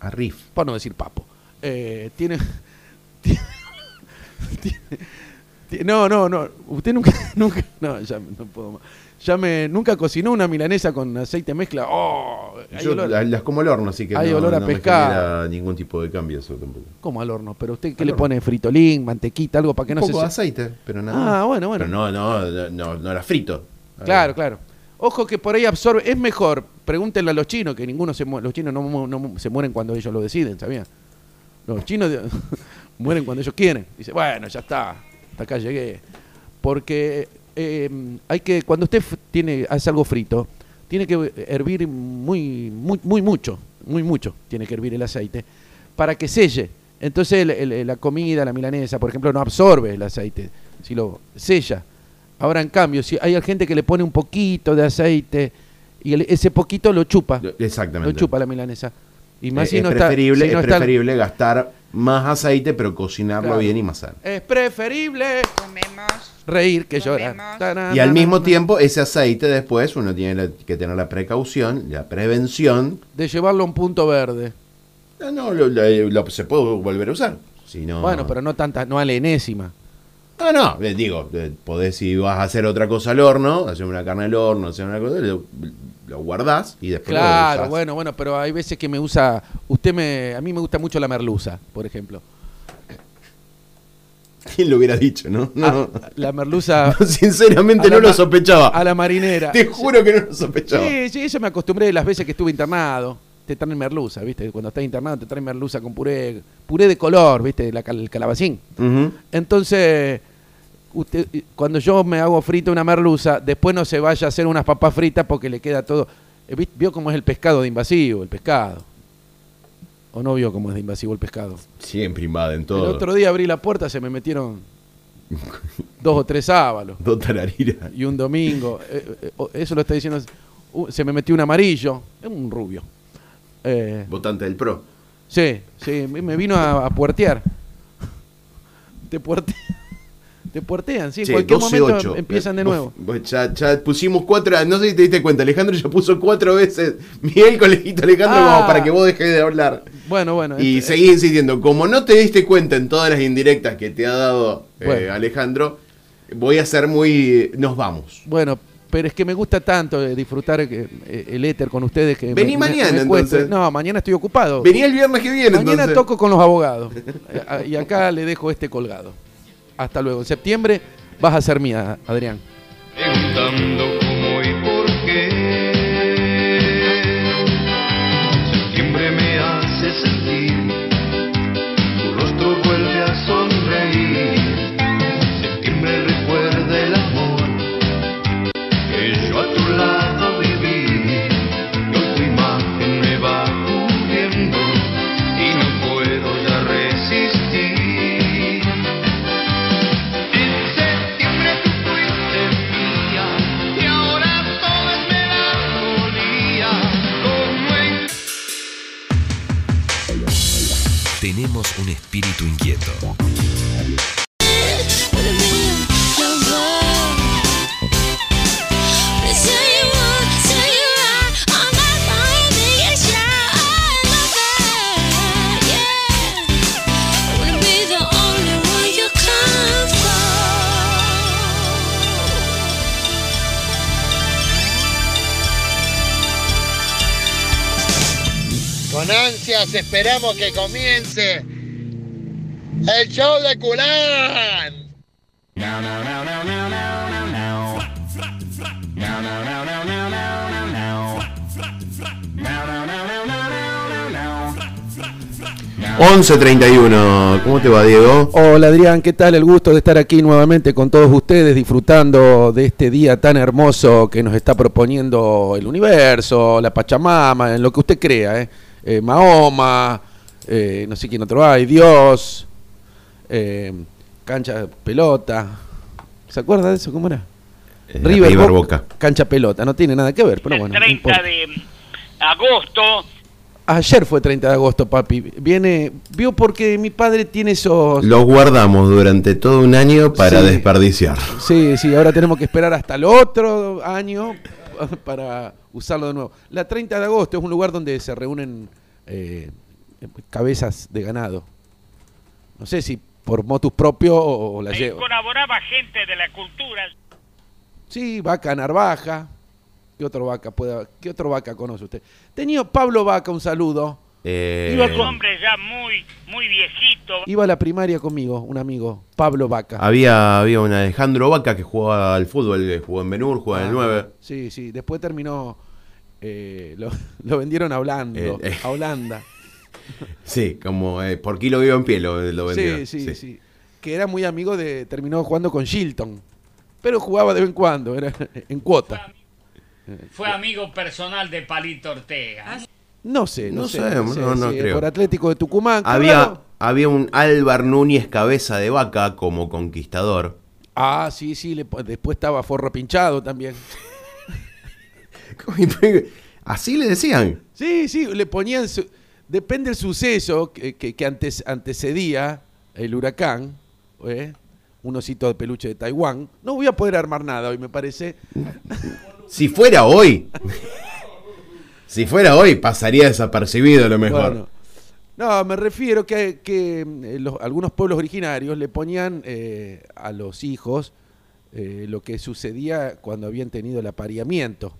A Riff.
para no decir papo. Eh, tiene, tiene- tiene- tiene- No, no, no. Usted nunca, nunca, no, ya no puedo más. Ya me, nunca cocinó una milanesa con aceite mezcla. ¡Oh! Hay
Yo
olor-
la- las como al horno, así que
Hay
no,
olor a
no me
pescado.
genera ningún tipo de cambio eso tampoco.
¿Cómo al horno? Pero usted qué
Al
le
horno.
pone fritolín, mantequita, algo para que
Un
no
poco de
se.
aceite, pero nada.
Ah,
más.
bueno, bueno.
Pero no, no, no, no, no era frito.
Claro, claro. Ojo que por ahí absorbe. Es mejor, pregúntenle a los chinos, que ninguno se mu- Los chinos no, mu- no mu- se mueren cuando ellos lo deciden, ¿sabían? Los chinos de- mueren cuando ellos quieren. Dice, bueno, ya está, hasta acá llegué. Porque eh, hay que, cuando usted f- tiene, hace algo frito, tiene que hervir muy, muy, muy mucho, muy mucho tiene que hervir el aceite para que selle. Entonces el- el- la comida, la milanesa, por ejemplo, no absorbe el aceite, si lo sella. Ahora, en cambio, si hay gente que le pone un poquito de aceite y el- ese poquito lo chupa,
Lo-
lo
Exactamente.
chupa la milanesa. Y
Eh,
más si
es
no está-
preferible,
si no
es
está-
preferible gastar más aceite, pero cocinarlo
Claro.
bien y más sano.
Es preferible
Comemos.
reír que
Nos
llorar.
vemos.
Tarana,
Y al mismo
na,
tiempo, ese aceite después uno tiene la- que tener la precaución, la prevención.
De llevarlo a un punto verde.
No, no, lo- lo- lo- se puede volver a usar. Si no,
Bueno, pero no tantas, no a la enésima.
No, no, eh, digo, eh, podés si vas a hacer otra cosa al horno, hacer una carne al horno, hacer una cosa, lo, lo guardás y después lo
Claro,
usás.
bueno, bueno, pero hay veces que me usa. Usted me. A mí me gusta mucho la merluza, por ejemplo.
¿Quién lo hubiera dicho, no? No,
Ah, la merluza
sinceramente
a la
no lo
ma-
sospechaba.
a la marinera.
Te juro que no lo sospechaba.
Sí, sí, eso me acostumbré las veces que estuve internado. Te traen merluza, ¿viste? Cuando estás internado te traen merluza con puré, puré de color, ¿viste? La cal- el calabacín.
Ujú.
Entonces, usted, cuando yo me hago frita una merluza, después no se vaya a hacer unas papas fritas porque le queda todo. Eh, vi- ¿Vio cómo es el pescado de invasivo, el pescado? ¿O no vio cómo es de invasivo el pescado?
Siempre invaden
El
todo.
otro día abrí la puerta, se me metieron dos o tres sábalos.
Dos tarariras.
Y un domingo, eh, eh, oh, eso lo está diciendo, uh, se me metió un amarillo, es un rubio. Eh,
Votante del PRO.
Sí, sí, me me vino a, a puertear. Te puertean. Te puertean, sí, en
Che,
cualquier
12-8.
momento empiezan de
Vos-
nuevo.
vos ya, ya pusimos cuatro, no sé si te diste cuenta, Alejandro ya puso cuatro veces Miguel Colegito Alejandro
Ah.
como para que vos dejes de hablar.
Bueno, bueno. este,
Y
ent-
seguí insistiendo, como no te diste cuenta en todas las indirectas que te ha dado eh,
Bueno.
Alejandro, voy a ser muy... Nos vamos.
Bueno, pero es que me gusta tanto eh, disfrutar eh, eh, el éter con ustedes que me-
Vení
me-
mañana,
me cuesta.
entonces.
No, mañana estoy ocupado.
Venía el viernes que viene,
mañana
entonces.
toco con los abogados. Eh, a- y acá le dejo este colgado. Hasta luego. En septiembre vas a ser mía, Adrián.
preguntando cómo y por qué. Septiembre me hace sentir, tu rostro vuelve a sonreír. Septiembre recuerda el amor a tu lado viví. Yo tu imagen me va cubriendo y no puedo ya resistir. En septiembre tú fuiste mía y ahora todo es melancolía. Como en
Tenemos un espíritu inquieto.
Con ansias esperamos que comience el show de Culán.
Now. 11.31, ¿cómo te va Diego?
Hola Adrián, ¿qué tal? El gusto de estar aquí nuevamente con todos ustedes disfrutando de este día tan hermoso que nos está proponiendo el universo, la Pachamama, en lo que usted crea, ¿eh? Eh, Mahoma, eh, no sé quién otro hay, Dios, eh, cancha pelota. ¿Se acuerda de eso? ¿Cómo era?
Eh, River Boca.
Cancha pelota, no tiene nada que ver, pero
El
bueno. no
30
importa.
de agosto.
Ayer fue 30 de agosto, papi. Viene, vio porque mi padre tiene esos...
Los guardamos durante todo un año para
Sí.
desperdiciar.
Sí, sí, ahora tenemos que esperar hasta el otro año para usarlo de nuevo. La 30 de agosto es un lugar donde se reúnen eh, cabezas de ganado. No sé si por motus propio o, o la
Ahí
llevo.
colaboraba gente de la cultura.
Sí, vaca Narvaja. ¿Qué otro vaca pueda, qué otro vaca conoce usted? Tenía Pablo Vaca, un saludo.
Eh,
Iba
Un hombre ya muy, muy viejito.
Iba a la primaria conmigo, un amigo, Pablo Vaca.
Ah, había, había un Alejandro Vaca que jugaba al fútbol, que jugó en Benur, jugaba en
Ah.
el 9.
Sí, sí, después terminó eh, lo, lo vendieron a Holanda,
Eh, eh.
a Holanda.
Sí, como eh, por kilo vivo en pie lo, lo vendió.
Sí, sí, sí, Que era muy amigo de. Terminó jugando con Shilton. Pero jugaba de vez en cuando, era en cuota.
Fue amigo personal de Palito Ortega.
No sé, no,
No
sé.
sé, no, no creo.
Por Atlético de Tucumán.
Había,
claro.
había un Álvar Núñez Cabeza de Vaca como conquistador.
Ah, sí, sí. le- después estaba Forro Pinchado también.
Así le decían.
Sí, sí, le ponían. su- depende del suceso que, que- que antes, antecedía el huracán, ¿eh? un osito de peluche de Taiwán. No voy a poder armar nada hoy, me parece.
Si fuera hoy. si fuera hoy, pasaría desapercibido a lo mejor.
Bueno. No, me refiero que, que, eh, los- algunos pueblos originarios le ponían eh, a los hijos eh, lo que sucedía cuando habían tenido el apareamiento.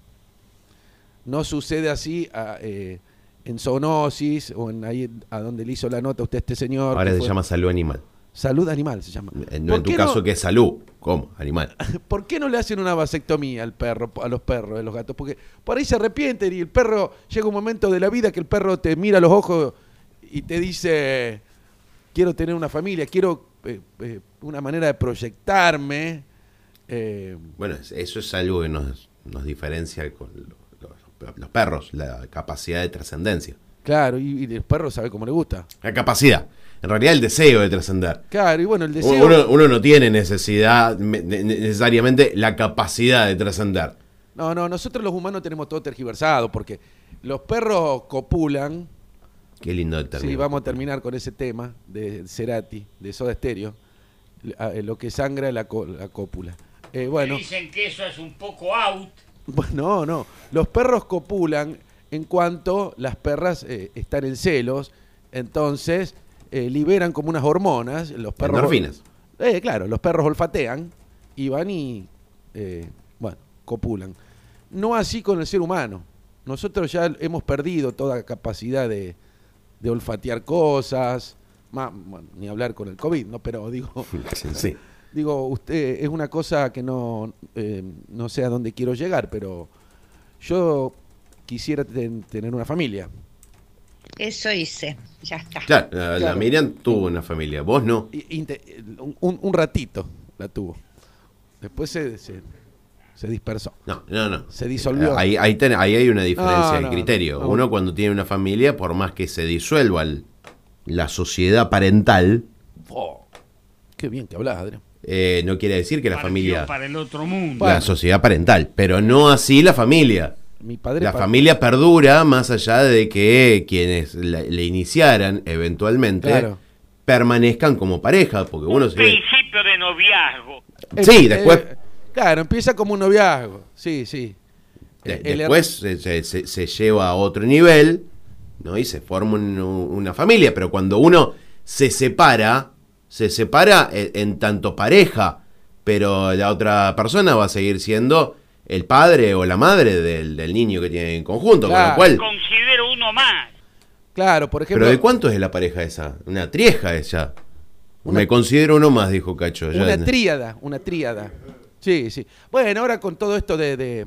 No sucede así a, eh, en zoonosis o en ahí a donde le hizo la nota usted este señor.
Ahora
que
se
fue-
llama salud animal.
Salud animal se llama.
Eh, No en tu
qué
caso
no-
que es salud. ¿Cómo? Animal.
¿Por qué no le hacen una vasectomía al perro, a los perros, a los gatos? Porque por ahí se arrepienten y el perro llega un momento de la vida que el perro te mira a los ojos y te dice, quiero tener una familia, quiero eh, eh, una manera de proyectarme. Eh,
Bueno, es- eso es algo que nos, nos diferencia con lo- lo- los, perros, la capacidad de trascendencia.
claro, y, y el perro sabe cómo le gusta.
La capacidad. En realidad el deseo de trascender.
Claro, y bueno, el deseo...
Uno, uno no tiene necesidad, me- ne- necesariamente la capacidad de trascender.
No, no, nosotros los humanos tenemos todo tergiversado porque los perros copulan.
Qué lindo el término.
Sí, vamos a terminar con ese tema de Cerati, de Soda Stereo. L- a- eh, Lo que sangra es la, có- la cópula. Eh, bueno,
Dicen que eso es un poco out.
bueno, no, no. Los perros copulan en cuanto las perras eh, están en celos. Entonces eh, liberan como unas hormonas. Los perros,
Endorfinas.
Eh, claro, los perros olfatean y van y, eh, bueno, copulan. No así con el ser humano. Nosotros ya hemos perdido toda capacidad de, de olfatear cosas, ma- bueno, ni hablar con el COVID, ¿no? Pero digo,
Sí.
digo, usted eh, es una cosa que no, eh, no sé a dónde quiero llegar, pero yo quisiera ten- tener una familia.
Eso hice, ya está.
Claro, la, la
Claro.
Miriam tuvo una familia, vos no.
Y- inte- un, un ratito la tuvo. Después se, se, se dispersó.
No, no, no.
Se disolvió.
Eh, Ahí, ahí, ten- ahí hay una diferencia
No,
de
no,
criterio.
no.
Uno cuando tiene una familia, por más que se disuelva el- la sociedad parental,
Oh, qué bien que hablas, Adrián.
eh, no quiere decir que la familia...
para el otro mundo.
La sociedad parental, pero no así la familia.
Mi padre
La
pa-
familia perdura más allá de que quienes la- le iniciaran eventualmente
Claro.
permanezcan como pareja, porque uno se...
Principio de noviazgo.
Sí,
Eh,
después,
eh, claro, empieza como un noviazgo. Sí, sí.
de-
el-
después se, se- se- se lleva a otro nivel ¿no? y se forma un- una familia, pero cuando uno se separa, se separa en, en tanto pareja, pero la otra persona va a seguir siendo el padre o la madre del, del niño que tiene en conjunto,
Claro.
con lo cual...
Considero uno más.
Claro, por ejemplo,
¿Pero de cuánto es la pareja esa? Una trieja esa. Me considero uno más, dijo Cacho. ya.
una tríada, una tríada. Sí, sí. Bueno, ahora con todo esto de, de,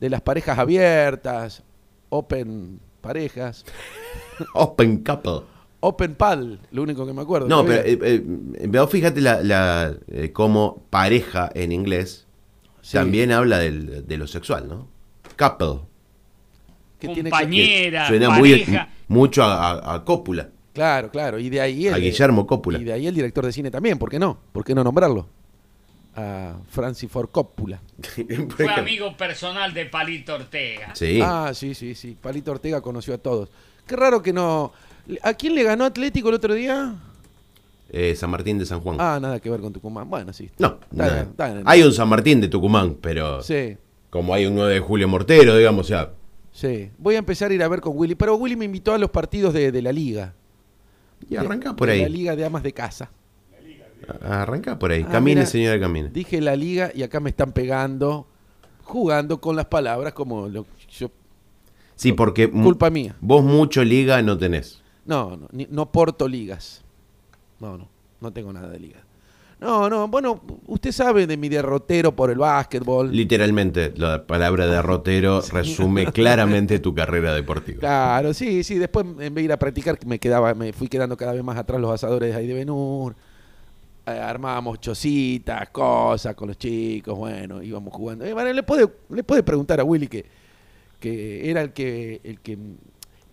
de las parejas abiertas, open parejas,
Open couple.
open pal, lo único que me acuerdo.
No,
que
pero
había.
eh, eh, veo, fíjate la, la, eh, cómo pareja en inglés
Sí.
también habla del- de lo sexual, ¿no? Couple.
Que tiene que-
Compañera,
Suena muy,
pareja.
mucho a, a- a Coppola.
Claro, claro. Y de ahí
A Guillermo Coppola.
Y de ahí el director de cine también, ¿por qué no? ¿Por qué no nombrarlo? A Francis Ford Coppola.
Fue amigo personal de Palito Ortega.
Sí.
Ah, sí, sí, sí. Palito Ortega conoció a todos. Qué raro que no. ¿A quién le ganó Atlético el otro día?
Eh, San Martín de San Juan.
Ah, nada que ver con Tucumán. Bueno, sí.
no,
Está
nada.
bien, está bien.
Hay un San Martín de Tucumán, pero
Sí,
como hay un 9 de julio mortero, digamos, o sea,
sí. Voy a empezar a ir a ver con Willy. Pero Willy me invitó a los partidos de, de la liga.
y
De-
arranca por
de La
ahí.
liga de amas de casa.
Arranca por ahí.
Ah,
camine,
mira.
señora, camine.
Dije la liga y acá me están pegando, jugando con las palabras como lo, yo
Sí, porque mu-
Culpa mía.
Vos mucho liga no tenés.
No, no, ni- no porto ligas. No, no, no tengo nada de ligas. No, no, bueno, usted sabe de mi derrotero por el básquetbol.
Literalmente, la palabra
Ah,
derrotero resume claramente tu carrera deportiva.
Claro, sí, sí, después en vez de ir a practicar me quedaba, me fui quedando cada vez más atrás los asadores ahí de Benur. Eh, armábamos chocitas, cosas con los chicos, bueno, íbamos jugando. Eh, bueno, le puede, le puede preguntar a Willy que, que era el que, el que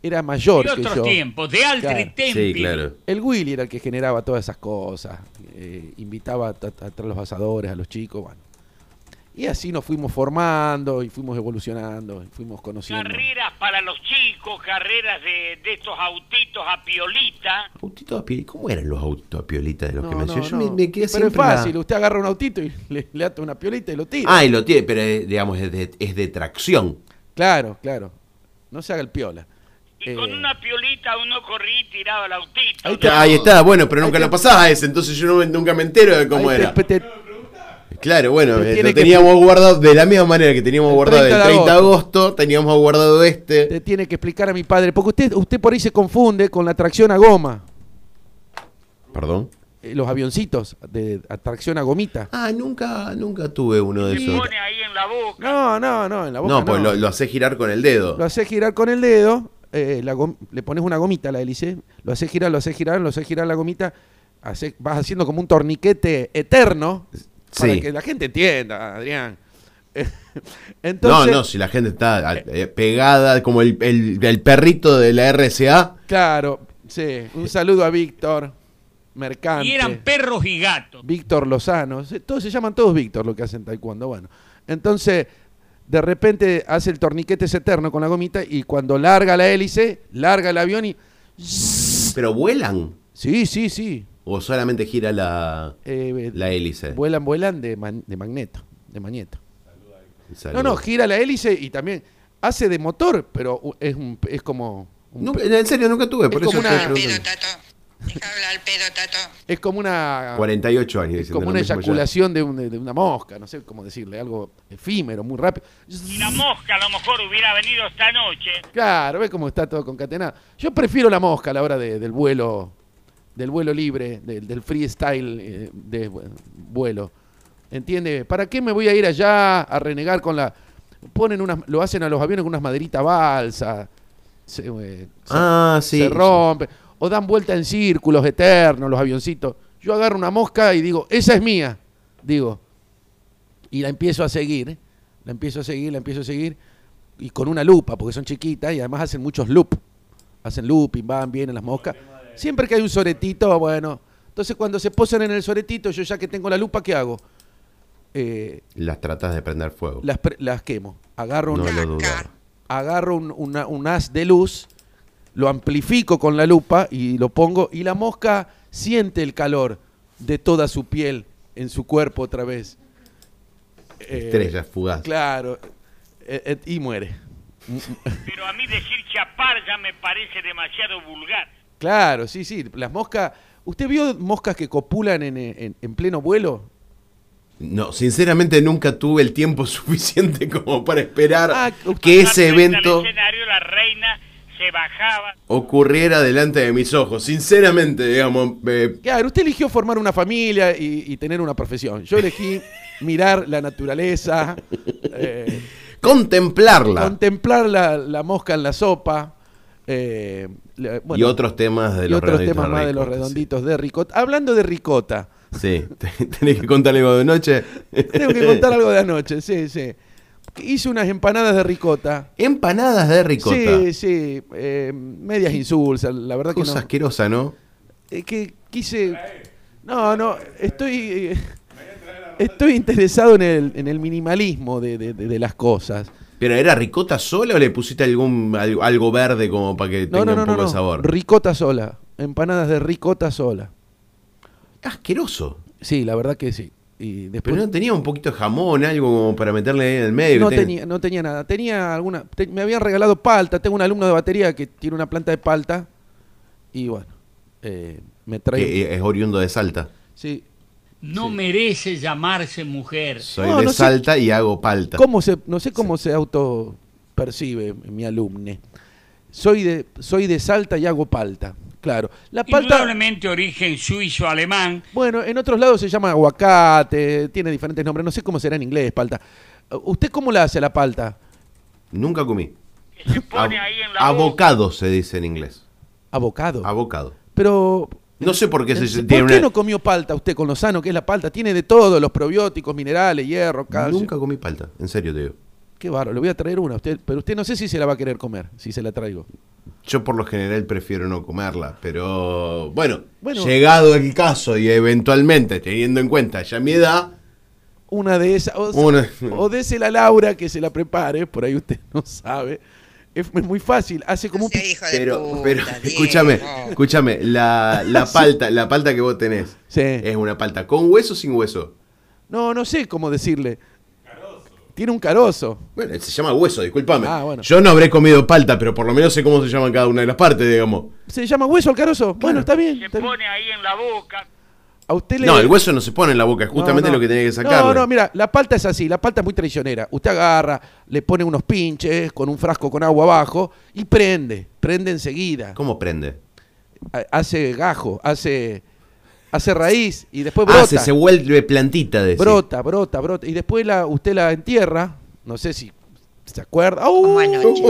era mayor
Y
que
otros
yo.
tiempos, de altri
Claro.
tempi.
Sí, claro.
El Willy era el que generaba todas esas cosas, eh, invitaba a, a- a los asadores, a los chicos, bueno. Y así nos fuimos formando y fuimos evolucionando y fuimos conociendo.
Carreras para los chicos, carreras de, de estos autitos a piolita.
Autitos a pioli- ¿Cómo eran los autitos a piolita de los
No,
que
no,
mencioné? Yo
no.
me, me quedé
Pero es
siempre la-
fácil, usted agarra un autito y le, le ata una piolita y lo tira.
Ah, y lo tiene, pero eh, digamos, es de, es de tracción.
Claro, claro. No se haga el piola.
Y
Eh,
con una piolita uno corría y tiraba el autito.
Ahí
¿no?
está.
Ahí está, bueno, pero
Ahí
nunca
te-
lo pasaba ese, entonces yo no me- nunca me entero de cómo
ahí
era.
te- te-
Claro, bueno,
Te
eh,
tiene
lo
que-
teníamos guardado de la misma manera que teníamos
El
guardado el
30 de
30 de agosto, teníamos guardado este.
te tiene que explicar a mi padre, porque usted, usted por ahí se confunde con la tracción a goma,
Perdón.
eh, los avioncitos de atracción a gomita.
Ah, nunca, nunca tuve uno de
Se
esos.
pone ahí en la boca.
No, no, no, en la boca
No, pues
no.
lo, lo hacés girar con el dedo.
Lo haces girar con el dedo, eh, la gom- le pones una gomita a la hélice, lo haces girar, lo haces girar, lo haces girar la gomita, hace- vas haciendo como un torniquete eterno para
Sí.
que la gente entienda, Adrián.
no, no, si la gente está a- eh, pegada como el, el- el perrito de la RCA.
Claro, sí. Un saludo a Víctor Mercante.
Y eran perros y gatos.
Víctor Lozano. se- Todos se llaman todos Víctor lo que hacen taekwondo. Bueno, entonces de repente hace el torniquete ese eterno con la gomita y cuando larga la hélice, larga el avión y...
Pero vuelan.
Sí, sí, sí.
O solamente gira la,
Eh,
la hélice.
Vuelan, vuelan de, man- de magneto, de magneto.
Saludos.
No, no, gira la hélice y también hace de motor, pero u- es, un- es como... un-
Nunca- en serio, nunca tuve. Por
Es
eso
como
estoy
una-
Pedo,
preguntando.
Tato. Deja hablar al pedo, Tato.
es como una...
48 años.
Es
diciendo
como
lo
una
mismo ya.
eyaculación de, un- de una mosca, no sé cómo decirle, algo efímero, muy rápido.
Y la mosca a lo mejor hubiera venido esta noche.
Claro, ve cómo está todo concatenado. Yo prefiero la mosca a la hora de- del vuelo, del vuelo libre, del, del freestyle eh, de vu- vuelo. ¿Entiende? ¿Para qué me voy a ir allá a renegar con la... Ponen unas, lo hacen a los aviones con unas maderitas balsa, se, eh, se-
Ah, sí.
se rompe, o dan vuelta en círculos eternos los avioncitos. Yo agarro una mosca y digo, esa es mía, digo, y la empiezo a seguir La empiezo a seguir, la empiezo a seguir. Y con una lupa, porque son chiquitas y además hacen muchos loop. Hacen looping, van, vienen las moscas. Siempre que hay un soretito, bueno. Entonces cuando se posan en el soretito, yo ya que tengo la lupa, ¿qué hago? Eh,
Las tratas de prender fuego.
las, pre- las quemo. Agarro
No
una-
lo dudaba.
agarro un, una- un haz de luz, lo amplifico con la lupa y lo pongo y la mosca siente el calor de toda su piel en su cuerpo otra vez. Eh,
Estrellas fugaz.
Claro, eh, eh, y muere. Mm, mm.
Pero a mí decir chapar ya me parece demasiado vulgar.
Claro, sí, sí, las moscas... ¿Usted vio moscas que copulan en, eh, en- en pleno vuelo?
No, sinceramente nunca tuve el tiempo suficiente como para esperar
Ah,
que
Cuando
ese
entra al
evento
escenario, la reina se bajaba.
ocurriera delante de mis ojos. Sinceramente, digamos, eh,
Claro, usted eligió formar una familia y, y tener una profesión. Yo elegí mirar la naturaleza. eh,
contemplarla.
contemplar la, la mosca en la sopa. eh, la- bueno,
y otros temas de
y
los
otros
redonditos
temas más de los
ricos,
redonditos de ricota. Hablando de ricota,
Sí, Sí, tenés que contar algo de noche.
tengo que contar algo de anoche, sí, sí. Hice unas empanadas de ricota.
Empanadas de ricota.
Sí, sí, eh, medias insulsas, la verdad que
Cosa
no.
asquerosa, ¿no?
Eh, que quise... No, no, estoy... eh, Estoy interesado en el, en el minimalismo de- de- de- de las cosas.
¿Pero era ricota sola o le pusiste algún algo, algo verde como para que tenga
No, no, no,
un poco de
no, no.
sabor?
Ricota sola. Empanadas de ricota sola.
Asqueroso.
Sí, la verdad que sí. Y
Pero
después
no tenía un poquito de jamón, algo como para meterle ahí en el medio.
no
que tenga-
tenía, no tenía nada. Tenía alguna. te- me habían regalado palta. Tengo un alumno de batería que tiene una planta de palta. Y bueno, eh, me trae.
que es oriundo de Salta.
sí.
No merece llamarse mujer.
Soy
No,
de
no sé-
Salta y hago palta.
¿Cómo se, no sé cómo se auto percibe mi alumne. Soy de, soy de Salta y hago palta. Claro. La palta.
Indudablemente origen suizo-alemán.
Bueno, en otros lados se llama aguacate, tiene diferentes nombres. No sé cómo será en inglés, palta. ¿Usted cómo la hace la palta?
Nunca comí.
Que se pone
Ab-
ahí en la boca.
Abocado se dice en inglés.
Abocado.
Abocado.
Pero
No sé por qué se
Entonces,
tiene
¿Por qué
una-
no comió palta usted con lo sano que es la palta? Tiene de todo, los probióticos, minerales, hierro, calcio.
Nunca comí palta, en serio te digo.
Qué bárbaro, le voy a traer una a usted, pero usted no sé si se la va a querer comer, si se la traigo.
Yo por lo general prefiero no comerla, pero bueno,
Bueno.
llegado el caso y eventualmente teniendo en cuenta ya mi edad,
Una de esas, o,
Una.
o désela a Laura que se la prepare, por ahí usted no sabe. Es, es muy fácil, hace como un...
Sea
pi-
hijo de
pero,
puta,
pero
Diego.
escúchame, escúchame, la, la palta, la palta que vos tenés,
Sí.
¿es una palta con hueso o sin hueso?
No, no sé cómo decirle. Tiene un carozo.
Bueno, se llama hueso, discúlpame.
Ah, bueno.
Yo no habré comido palta, pero por lo menos sé cómo se llaman cada una de las partes, digamos.
¿Se llama hueso al carozo? Bueno, está bien.
Se
está bien.
pone ahí en la boca.
A usted le...
No, el hueso no se pone en la boca, es justamente
No, no.
lo que tenés que sacar.
No, no, mira, la palta es así, la palta es muy traicionera. Usted agarra, le pone unos pinches con un frasco con agua abajo y prende, prende enseguida.
¿Cómo prende?
Ha- Hace gajo, hace, hace raíz y después brota.
Ah, se, se vuelve plantita de
brota, brota, brota. Y después la, usted la entierra, no sé si se acuerda. ¡Au!
Como anoche.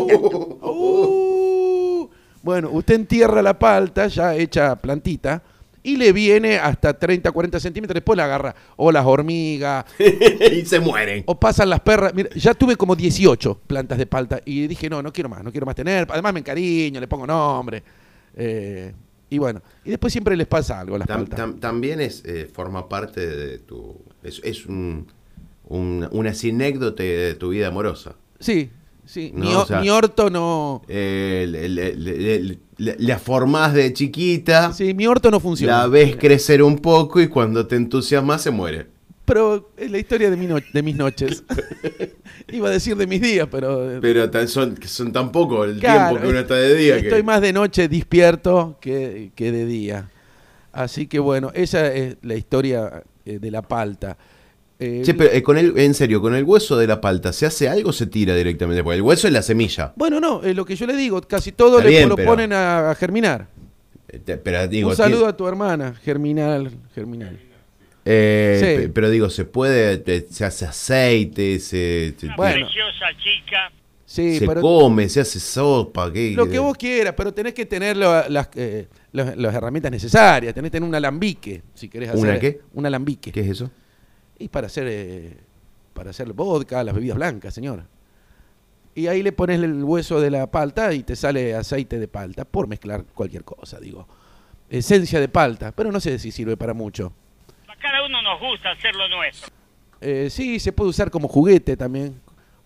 ¡Au! Bueno, usted entierra la palta ya hecha plantita y le viene hasta 30, 40 centímetros. Después la agarra o las hormigas,
y se mueren.
O pasan las perras. Mira, ya tuve como 18 plantas de palta y dije, no, no quiero más, no quiero más tener. Además me encariño, le pongo nombre. Eh, y bueno, y después siempre les pasa algo a las
Tam-
paltas.
tam- también es, eh, forma parte de tu. Es, es un, un- una sinécdote de tu vida amorosa.
Sí, sí.
No,
ni, o-
o sea-
ni orto no...
Eh, le- le- le- le- le- la formás de chiquita,
Sí, mi orto no funciona.
la ves crecer un poco y cuando te entusiasmas se muere.
Pero es la historia de, mi no- de mis noches. Iba a decir de mis días, pero...
Pero tan- son, son tan poco el
Claro,
tiempo que uno
es-
está de día. que-
Estoy más de noche despierto que, que de día. Así que bueno, esa es la historia eh, de la palta. Eh,
Che, pero eh, con el, en serio, con el hueso de la palta, ¿se hace algo o se tira directamente? Porque el hueso es la semilla.
Bueno, no, es lo que yo le digo, casi todo
Está
le
bien,
lo
pero-
ponen a, a germinar.
Eh, te- Pero digo,
Un
tiene-
saludo a tu hermana, germinal, germinal.
Eh,
Sí.
pe- Pero digo, se puede, te- se hace aceite, se, se-
Una
Bueno.
preciosa chica.
Sí,
se
pero
come, se hace sopa. ¿qué?
lo que vos quieras, pero tenés que tener lo- las, eh, las- las herramientas necesarias, tenés que tener un alambique, si querés hacer.
¿Una qué?
Un alambique.
¿Qué es eso?
Y para hacer eh, para hacer vodka, las bebidas blancas, señor. Y ahí le pones el hueso de la palta y te sale aceite de palta, por mezclar cualquier cosa, digo. Esencia de palta, pero no sé si sirve para mucho.
A cada uno nos gusta hacer lo nuestro.
Eh, sí, se puede usar como juguete también.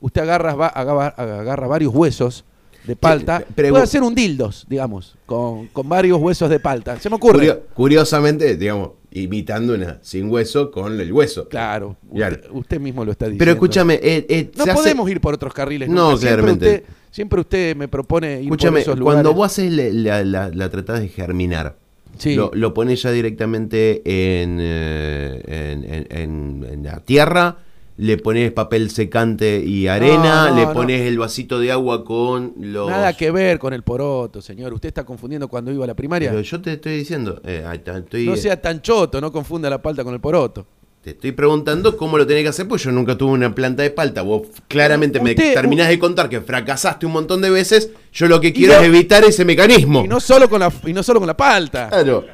Usted agarra, va- agarra, agarra varios huesos de palta.
pero-
puede hacer un dildos, digamos, con, con varios huesos de palta. Se me ocurre.
Curio- curiosamente, digamos, imitando una sin hueso con el hueso.
Claro. Usted, usted mismo lo está diciendo.
Pero escúchame, eh, eh,
No
se hace-
podemos ir por otros carriles.
No,
nunca. Siempre
claramente.
usted- siempre usted me propone ir por
Escúchame,
esos lugares.
cuando vos haces la, la, la- la tratás de germinar,
Sí.
lo, lo pones ya directamente en, eh, en, en- en- en la tierra, le pones papel secante y arena,
no,
le
no.
pones el vasito de agua con los...
Nada que ver con el poroto, señor. Usted está confundiendo cuando iba a la primaria.
Pero yo te estoy diciendo, eh, ahí está, estoy,
No sea tan choto, no confunda la palta con el poroto.
te estoy preguntando cómo lo tenés que hacer, pues yo nunca tuve una planta de palta. Vos claramente me
Usted-
terminás de contar que fracasaste un montón de veces, yo lo que quiero
no-
es evitar ese mecanismo.
Y no solo con la, y no solo con la palta.
Claro.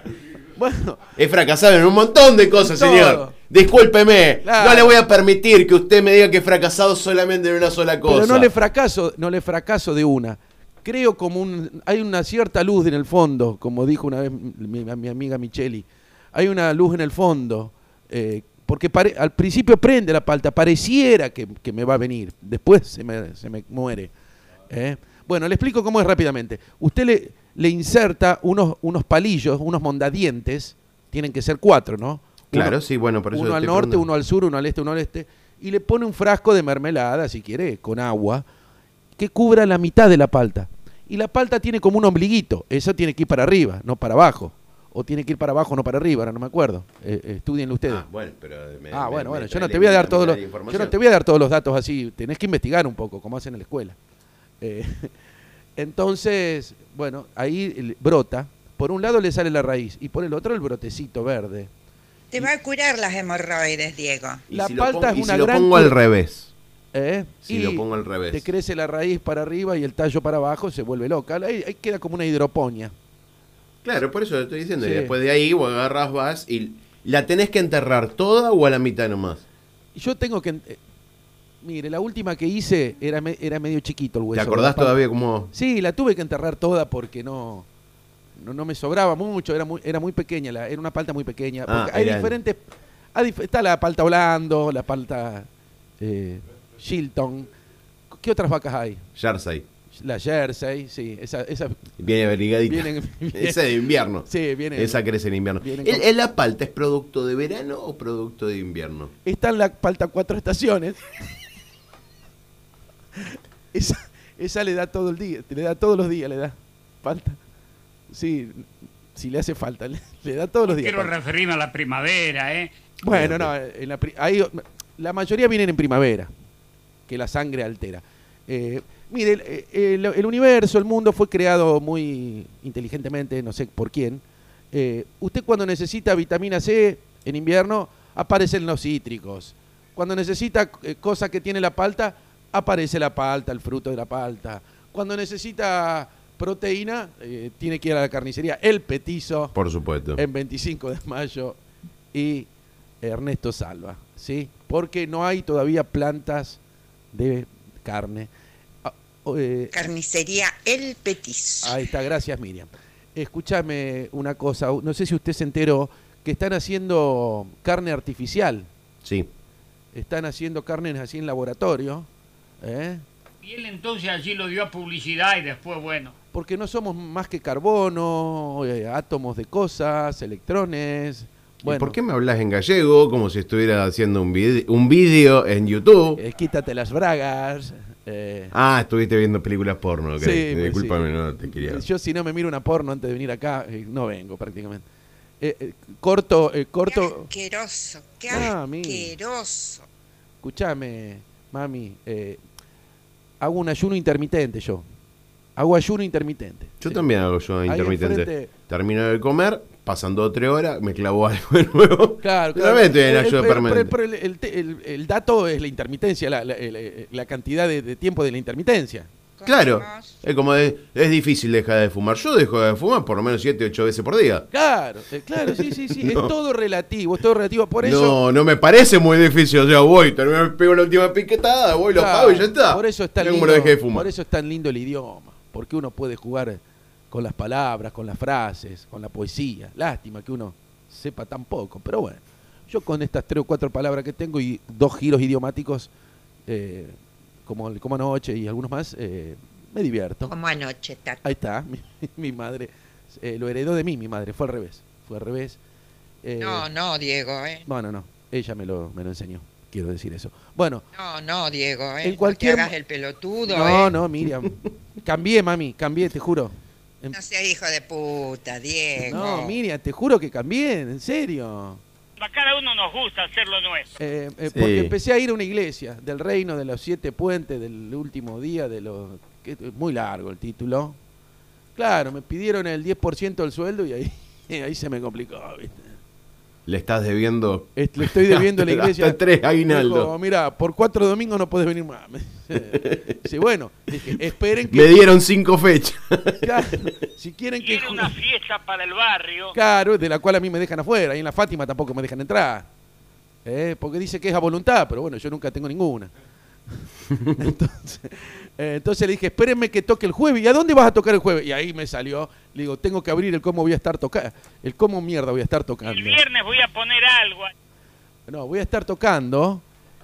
Bueno,
He fracasado en un montón de cosas,
Todo.
señor. Discúlpeme.
Claro.
No le voy a permitir que usted me diga que he fracasado solamente en una sola cosa.
pero no le fracaso, no le fracaso de una. Creo como un, hay una cierta luz en el fondo, como dijo una vez mi, mi amiga Micheli. Hay una luz en el fondo, eh, porque pare- al principio prende la palta, pareciera que, que me va a venir, después se me, se me muere. ¿eh? Bueno, le explico cómo es rápidamente. Usted le, le inserta unos, unos palillos, unos mondadientes, tienen que ser cuatro, ¿no?
Claro,
Uno-
sí, bueno, por eso
uno
te
al
estoy
norte,
preguntando.
uno al sur, uno al este, uno al este, y le pone un frasco de mermelada, si quiere, con agua, que cubra la mitad de la palta. Y la palta tiene como un ombliguito, eso tiene que ir para arriba, no para abajo. O tiene que ir para abajo, no para arriba, ahora no me acuerdo. Eh, eh, estudienlo ustedes.
Ah, bueno, pero me-
Ah,
me-
bueno,
me
bueno, yo
trae
no
la-
te voy a dar
la- la
todos los, yo no
información.
te voy a dar todos los datos así, tenés que investigar un poco, como hacen en la escuela. Eh, entonces, bueno, ahí el- brota, por un lado le sale la raíz y por el otro el brotecito verde.
Te va a curar las hemorroides, Diego.
Y
la
si lo
palta
pongo-
es
y
una
si lo
gran
pongo
cur-
al revés.
¿eh?
Si lo pongo al revés.
Te crece la raíz para arriba y el tallo para abajo, se vuelve loca. Ahí, ahí queda como una hidroponía.
Claro, por eso lo estoy diciendo. Y
Sí.
después de ahí, vos agarras, vas y la tenés que enterrar toda o a la mitad nomás.
Y Yo tengo que... eh, mire, la última que hice era, me- era medio chiquito el hueso.
¿Te acordás
Pues la palta.
todavía cómo?
Sí, la tuve que enterrar toda porque no no, no me sobraba mucho, era muy, era muy pequeña, la- era una palta muy pequeña.
Ah,
Porque hay
eran-
diferentes... hay dif- está la palta Blando, la palta eh, Shilton. ¿Qué otras vacas hay?
Jersey.
La Jersey, sí, esa, esa
Viene abrigadita.
Vienen-
Esa de invierno.
sí, viene.
Esa crece en invierno.
Vienen
¿El-
con-
el- ¿La palta es producto de verano o producto de invierno?
Está en la palta cuatro estaciones. Esa, esa le da todo el día, le da todos los días, le da falta. Sí, si le hace falta, le, le da todos los días.
Quiero
palta.
referirme a la primavera, ¿eh?
Bueno, no, en la, pri- ahí- la mayoría vienen en primavera, que la sangre altera. Eh, mire, el, eh, el- el universo, el mundo fue creado muy inteligentemente, no sé por quién. Eh, usted cuando necesita vitamina C en invierno, aparecen los cítricos. Cuando necesita eh, cosas que tiene la palta, aparece la palta, el fruto de la palta. Cuando necesita proteína, eh, tiene que ir a la carnicería, el petizo
Por supuesto.
en 25 de mayo y Ernesto Salva, ¿sí? Porque no hay todavía plantas de carne. Ah, o, eh,
Carnicería El Petis.
ahí está, gracias Miriam. Escúchame una cosa, no sé si usted se enteró que están haciendo carne artificial,
Sí.
están haciendo carnes así en laboratorio, ¿eh?
Y él entonces allí lo dio a publicidad y después, bueno.
porque no somos más que carbono, eh, átomos de cosas, electrones.
¿Y
Bueno,
¿Por qué me hablas en gallego como si estuviera haciendo un vide- un vídeo en YouTube?
eh, quítate las bragas. eh,
Ah, estuviste viendo películas porno, ok. Eh,
Sí, pues,
Discúlpame,
sí. Eh,
no te quería.
Yo si no me miro una porno antes de venir acá, eh, no vengo prácticamente. Eh, eh, corto, eh,
Qué
corto,
asqueroso, qué
Ah, mi.
asqueroso.
escúchame, mami, eh, hago un ayuno intermitente yo. Hago ayuno intermitente.
Yo
Sí.
también hago yo
Ahí
intermitente.
enfrente-
Termino de comer, pasando otra hora, me clavo algo de nuevo. Yo
Claro, claro.
también estoy en
El-
ayuno
el-
permanente.
pero el, eh, el- el- el dato es la intermitencia, la, la- el- el- la cantidad de, de tiempo de la intermitencia.
Claro, es como de- es difícil dejar de fumar. Yo dejo de fumar por lo menos 7, 8 veces por día.
Claro, eh, claro, sí, sí, sí.
No.
Es todo relativo, es todo relativo. Por eso.
No, no me parece muy difícil. O sea, voy, termino, me pego la última piquetada, voy, lo
Claro,
pago y ya está.
Por eso es tan
Mirá
lindo,
cómo lo dejé de fumar.
Por eso es tan lindo el idioma. Porque uno puede jugar con las palabras, con las frases, con la poesía. Lástima que uno sepa tan poco. Pero bueno, yo con estas tres o cuatro palabras que tengo y dos giros idiomáticos, eh, como el como anoche y algunos más, eh, me divierto.
Como anoche, Tati.
Ahí está, mi, mi madre. eh, lo heredó de mí, mi madre. Fue al revés. Fue al revés. Eh,
No, no, Diego, ¿eh?
No, no, no. Ella me lo, me lo enseñó. Quiero decir eso. Bueno,
No, no, Diego, ¿eh?
En
No
cualquier
te hagas
mo-
el pelotudo,
no,
¿eh?
no, Miriam. cambié, mami, cambié, te juro. Em-
No seas hijo de puta, Diego.
No, Miriam, te juro que cambié, en serio.
A cada uno nos gusta hacer lo nuestro.
Eh, eh,
Sí.
Porque empecé a ir a una iglesia del reino de los siete puentes del último día de los... que es muy largo el título. Claro, me pidieron el 10% del sueldo y ahí, ahí se me complicó, ¿viste?
Le estás debiendo.
Est- Le estoy debiendo a la
Hasta
iglesia.
tres aguinaldos.
Me dijo, Mira, por cuatro domingos no podés venir más. Me dice. Sí, bueno, dije, esperen que.
Me dieron cinco fechas.
Claro, si quieren que.
Quiere una fiesta para el barrio.
Claro, de la cual a mí me dejan afuera. Y en la Fátima tampoco me dejan entrar. Eh, Porque dice que es a voluntad, pero bueno, yo nunca tengo ninguna. Entonces, eh, entonces le dije, espérenme que toque el jueves. ¿Y a dónde vas a tocar el jueves? Y ahí me salió. Le digo, tengo que abrir el cómo voy a estar tocando. El cómo mierda voy a estar tocando.
El viernes voy a poner algo.
No, voy a estar tocando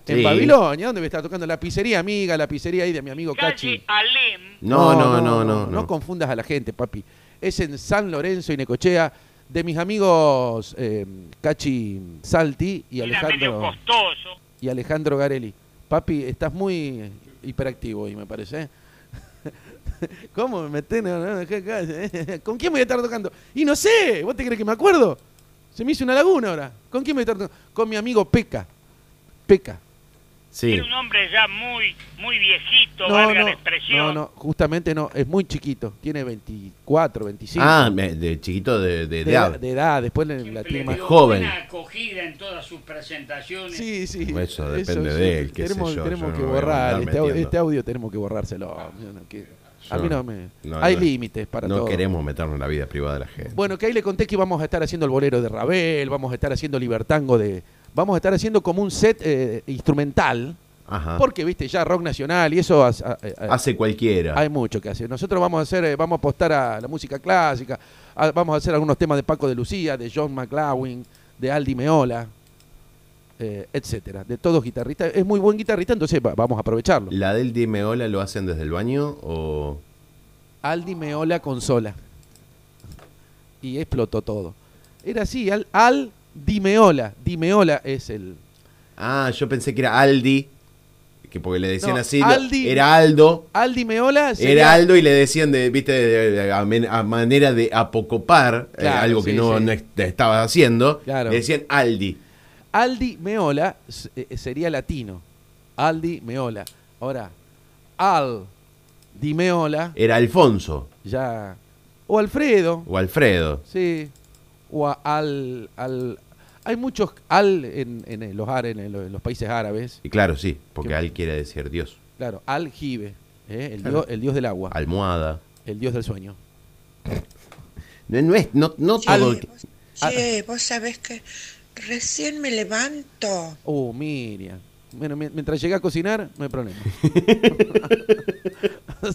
en
Sí.
Babilonia, donde voy a estar tocando la pizzería amiga, la pizzería ahí de mi amigo
Calle
Cachi.
Alem.
No, no, no, no.
no,
no.
confundas a la gente, papi. Es en San Lorenzo y Necochea, de mis amigos eh, Cachi Salti y
Era medio
Alejandro,
costoso.
y Alejandro Garelli. Papi, estás muy hiperactivo hoy, me parece. ¿eh? ¿Cómo me metés? No, no, dejá acá. ¿Con quién voy a estar tocando? Y no sé, ¿vos te crees que me acuerdo? Se me hizo una laguna ahora. ¿Con quién voy a estar tocando? Con mi amigo Peca. Peca.
Sí.
Era un hombre ya muy, muy viejito,
No,
valga la
no, no,
expresión.
no, justamente no, es muy chiquito, tiene 24, 25.
Ah, me- de chiquito de, de,
de,
edad.
edad, de edad, después le- la tiene
Le
más.
dio
joven.
buena acogida en todas sus presentaciones.
Sí, sí.
Eso depende de él, qué sé
tenemos
yo,
tenemos
yo
que
no voy a
borrar,
andar
este, au-
metiendo.
este audio tenemos que borrárselo. yo no quiero- a
Yo-
mí no me...
no,
hay
no.
límites para
no
todo.
queremos meternos en la vida privada de la gente.
Bueno, que ahí le conté que íbamos a estar haciendo el bolero de Ravel, vamos a estar haciendo Libertango de... Vamos a estar haciendo como un set eh, instrumental,
Ajá.
porque, viste, ya rock nacional y eso... as- a- a-
Hace cualquiera.
Hay mucho que hacer. Nosotros vamos a hacer, eh, vamos a apostar a la música clásica, a- vamos a hacer algunos temas de Paco de Lucía, de John McLaughlin, de Aldi Meola, eh, etcétera. De todos guitarristas. Es muy buen guitarrista, entonces va- vamos a aprovecharlo.
¿La del Dime Hola lo hacen desde el baño o.?
Aldi Meola consola. Y explotó todo. Era así, Al, Al Dimeola. Dimeola es el.
Ah, yo pensé que era Aldi. Que porque le decían
No,
así. lo-
Aldi-
Era Aldo.
Aldi Meola sería-
Era Aldo y le decían, de, viste, de- de- a, men- a manera de apocopar eh,
Claro,
algo que
sí,
no,
sí.
no es- estaba haciendo.
Claro.
Le decían Aldi.
Aldi Meola s- eh, sería latino. Aldi Meola. Ahora, Al Di Meola,
Era Alfonso
ya. O Alfredo,
o Alfredo.
sí. O a- al, al. Hay muchos Al en, en, eh, los, árabes, en, los, en los países árabes.
Y claro, sí, porque
¿Qué?
Al quiere decir Dios.
Claro, Aljibe, ¿eh? el,
Claro.
dios, el dios del agua,
Almohada.
el dios del sueño.
No, no es, no, no
Che,
todo.
vos-
Ah.
che, vos sabés que recién me levanto.
Oh, Miriam. Bueno, mien- mientras llegué a cocinar, no hay problema.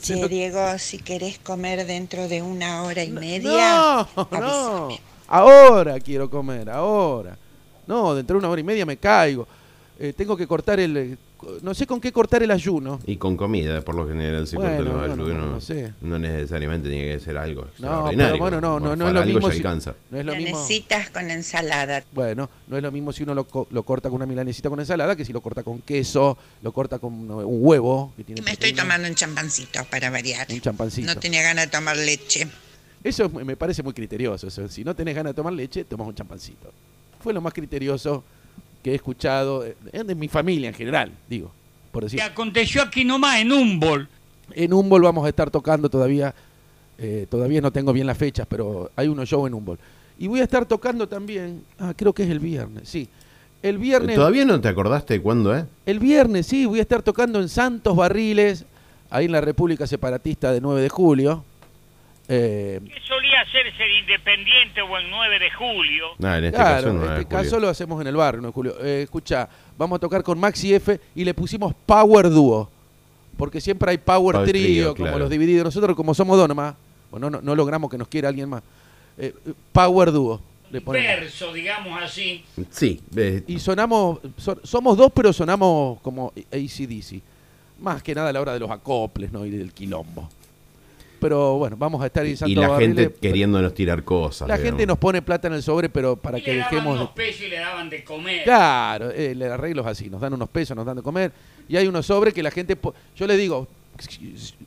Che, Eh, Diego, si querés comer dentro de una hora y media,
No, no.
avísame.
Ahora quiero comer, ahora. No, dentro de una hora y media me caigo. Eh, tengo que cortar el. eh, co- No sé con qué cortar el ayuno.
Y con comida, por lo general, si
Bueno,
cortan los
bueno,
ayunos,
no sé.
no necesariamente tiene que ser algo
No,
extraordinario.
pero bueno, no, no,
Por-
no es
para
lo
algo
mismo.
ya
si-
alcanza.
no es lo mismo.
Planecitas con ensalada.
Bueno, no es lo mismo si uno lo, co- lo corta con una milanesita con ensalada que si lo corta con queso, lo corta con un un huevo. Que tiene
Me estoy
proteína,
tomando un champancito para variar.
Un champancito.
No tenía ganas de tomar leche.
Eso es- me parece muy criterioso. eso. Si no tenés ganas de tomar leche, tomás un champancito. Fue lo más criterioso que he escuchado eh, de mi familia en general, digo, por decir.
Que aconteció aquí nomás en Humboldt.
En Humboldt vamos a estar tocando todavía. eh, todavía no tengo bien las fechas, pero hay unos show en Humboldt. Y voy a estar tocando también. Ah, creo que es el viernes, sí. El viernes.
¿Todavía no te acordaste de cuándo, eh?
El viernes, sí, voy a estar tocando en Santos Barriles ahí en la República Separatista de 9 de julio. Eh,
¿Qué solía hacerse en Independiente o en 9 de julio?
No, en este
claro,
caso no
en
era
este
Julio.
caso lo hacemos en el barrio, no Julio. Eh, escucha, vamos a tocar con Maxi F y le pusimos Power Duo. Porque siempre hay Power,
Power
Trio,
Trio,
como
claro.
los divididos. Nosotros, como somos dos nomás, bueno, no, no logramos que nos quiera alguien más. Eh, power Duo. Le ponemos.
Verso, digamos así.
Sí, eh,
Y sonamos, so- somos dos, pero sonamos como ACDC. Más que nada a la hora de los acoples, ¿no? Y del quilombo. Pero bueno, vamos a estar en
y
Santo
la
Barrile.
gente queriéndonos tirar cosas.
La gente nos
digamos.
pone plata en el sobre, pero para
Y
que
le daban
dejemos...
unos pesos y le daban de comer.
Claro, eh, el arreglo es así, nos dan unos pesos, nos dan de comer, y hay unos sobres que la gente, po- yo le digo,